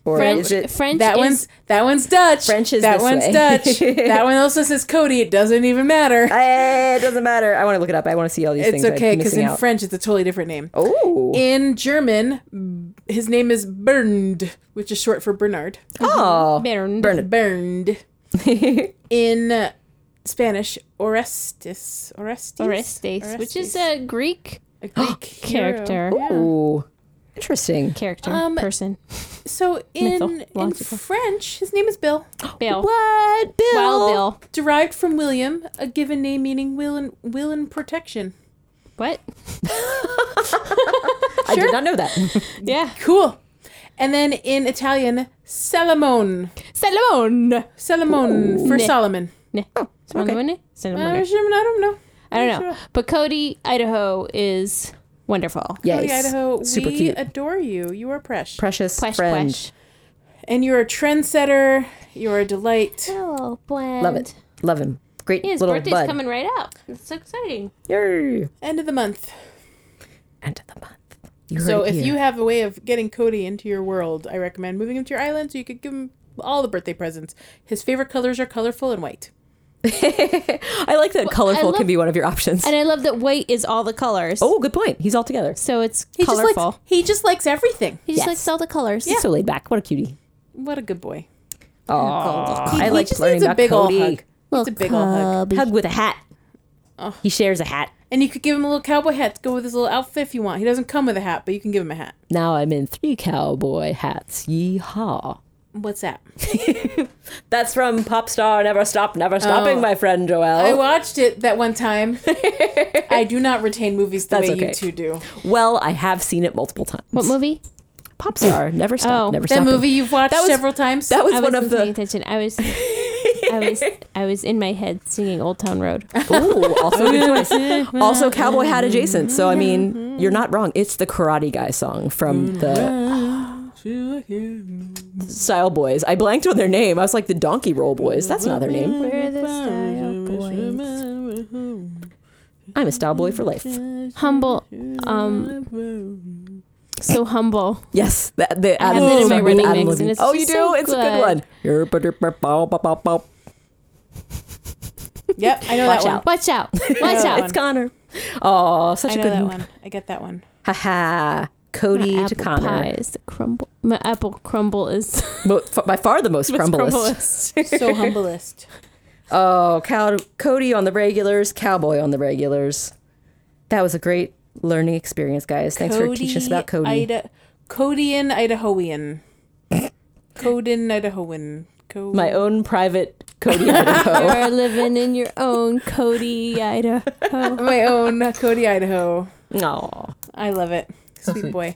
S5: Or
S4: French.
S5: is it
S4: French.
S2: That
S4: is-
S2: one's that one's Dutch.
S5: French is
S2: that
S5: this
S2: one's
S5: way.
S2: Dutch. that one also says Cody. It doesn't even matter.
S5: Eh, it doesn't matter. I want to look it up. I want to see all these
S2: it's
S5: things. I'm
S2: okay because
S5: missing
S2: in
S5: out.
S2: French it's a totally different name.
S5: Oh.
S2: In German, b- his name is Bernd, which is short for Bernard.
S5: oh.
S4: Bern.
S2: Burned. in Spanish, Orestes. Orestes?
S4: Orestes, which is a Greek
S2: a Greek hero.
S4: character.
S5: Ooh. Interesting.
S4: Character
S2: Um,
S4: person.
S2: So in, in
S4: Mythological.
S2: French, his name is Bill,
S4: Bill.
S5: What? Bill.
S4: Wild Bill.
S2: derived from William, a given name meaning will and will and protection.
S4: What?
S5: I did not know that.
S4: Yeah.
S2: Cool. And then in Italian, Salomon.
S4: Salomon. Oh,
S2: Salomon for Solomon.
S4: Salomon.
S2: Uh,
S4: Salomon.
S2: I don't know.
S4: I don't know. But Cody, Idaho is wonderful.
S5: yes.
S2: Cody, Idaho,
S5: Super
S2: we
S5: cute.
S2: adore you. You are precious.
S5: Precious
S4: Plesh,
S5: friend.
S4: plesh.
S2: and you're a trendsetter. You're a delight.
S4: Oh, blend.
S5: Love it. Love him. Great
S4: Yeah, his
S5: little
S4: birthday's
S5: bud.
S4: coming right up. It's so exciting.
S5: Yay.
S2: End of the month.
S5: End of the month. You
S2: So
S5: heard it
S2: if
S5: here.
S2: you have a way of getting Cody into your world, I recommend moving him to your island so you could give him all the birthday presents. His favorite colors are colorful and white.
S5: I like that colorful
S4: love-
S5: can be one of your options.
S4: And I love that white is all the colors.
S5: oh, good point. He's all together.
S4: So it's
S2: He
S4: colorful.
S2: just likes he just likes everything.
S4: he just
S5: Yes.
S4: likes all the colors.
S5: He's so laid back. What a cutie.
S2: What a good boy.
S5: Oh, I
S2: he
S5: like
S2: just
S5: learning
S2: needs a
S5: about
S2: big ol'
S5: Cody.
S2: hug. It's a big old hug.
S5: Hug with a hat. He shares a hat.
S2: And you could give him a little cowboy hat to go with his little outfit if you want. He doesn't come with a hat, but you can give him a hat.
S5: Now I'm in three cowboy hats. Yeehaw.
S2: What's that?
S5: That's from Pop Star Never Stop Never Stopping, my friend
S2: I
S5: Joelle.
S2: watched it that one time. I do not retain movies the
S5: That's
S2: way you
S5: okay.
S2: two do.
S5: well, I have seen it multiple times.
S4: What movie?
S5: Pop Star Never Stop
S4: Oh,
S5: Never
S2: That
S5: Stopping.
S2: movie you've watched
S5: was-
S2: several times.
S5: That was
S4: I
S5: one
S4: wasn't
S5: of the
S4: paying attention. I was, I was, I was in my head singing Old Town Road.
S5: Ooh, also good choice. Also cowboy hat adjacent. So I mean, you're not wrong. It's the Karate Guy song from the Style Boys. I blanked on their name. I was like the Donkey Roll Boys. That's not their name.
S4: We're the style boys.
S5: I'm a Style Boy for life.
S4: Humble, um, so humble.
S5: Yes, the, the
S4: I have
S5: Adam
S4: that in
S5: Levine-
S4: my running
S5: Adam
S4: mix,
S5: Levine.
S4: and it's
S5: oh,
S4: just
S5: you do.
S4: so
S5: it's
S4: good.
S5: a good one.
S2: Yep, I know that
S5: Watch
S2: one.
S5: out.
S4: Watch out! Watch
S2: that
S4: out!
S2: one.
S5: It's Connor. Oh, such
S2: I
S5: a
S2: know
S5: good
S2: that
S5: one.
S2: one. I get that one.
S5: Haha.
S4: My
S5: Cody to
S4: apple pie
S5: Connor.
S4: is the crumble. My apple crumble is
S5: Mo- f- By far the most crumblest.
S4: crumblest.
S2: So humblest.
S5: Oh, cow- Cody on the regulars, Cowboy on the regulars. That was a great learning experience, guys. Thanks for teaching us about Cody.
S2: Ida- Codian Idahoan. Codin Idahoan. Co-
S5: My own private Cody Idaho.
S4: You're living in your own Cody Idaho.
S2: my own Cody Idaho.
S5: Aw.
S2: I love it. Sweet boy.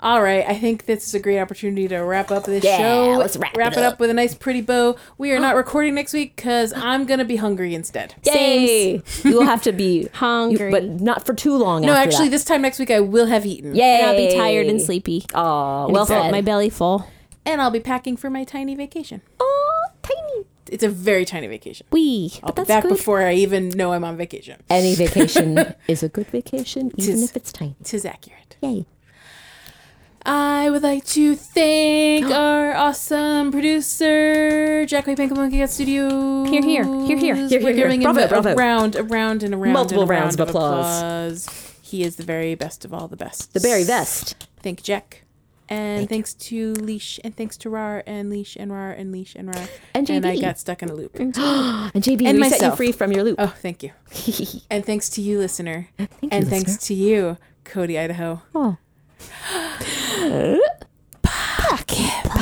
S2: All right, I think this is a great opportunity to wrap up this
S5: Yeah,
S2: show.
S5: let's wrap it
S2: it up. with a nice pretty bow. We are not recording next week because I'm gonna be hungry instead.
S5: Yay! you will have to be
S4: Hungry.
S5: but not for too long.
S2: No,
S5: after
S2: actually,
S5: that.
S2: this time next week I will have eaten.
S5: yay!
S4: And I'll be tired and sleepy.
S5: Oh, well
S4: Well,
S5: said.
S4: my belly full.
S2: and I'll be packing for my tiny vacation.
S4: Oh, tiny.
S2: It's a very tiny vacation.
S4: Wee.
S5: Oh,
S2: I'll
S4: But
S2: be
S4: that's
S2: back
S4: good.
S2: before I even know I'm on vacation.
S5: Any vacation is a good vacation, even
S2: Tis.
S5: if it's tiny.
S2: Tis accurate.
S5: Yay!
S2: I would like to thank our awesome producer, Jackway Panko Monkey Cat Studios.
S4: Here, here. Here, here.
S5: Here, here,
S2: We're
S5: here.
S2: giving him
S5: Bravo,
S2: a,
S5: bravo.
S2: a round, a round, and a round.
S5: Multiple
S2: and a round
S5: rounds of applause.
S2: applause. He is the very best of all the best.
S5: The berry vest.
S2: Thank you, Jack. And thanks to Leash, and thanks to Rar, and Leash, and Rar, and Leash, and Rar.
S5: And Mm-hmm.
S2: And I
S5: JB.
S2: got stuck in a loop.
S4: Mm-hmm.
S5: And JB,
S2: And
S5: we set you
S2: myself.
S5: free from your loop.
S2: Oh, thank you. and thanks to you, listener. and thanks to you, Cody Idaho.
S5: Oh.
S2: Pocket.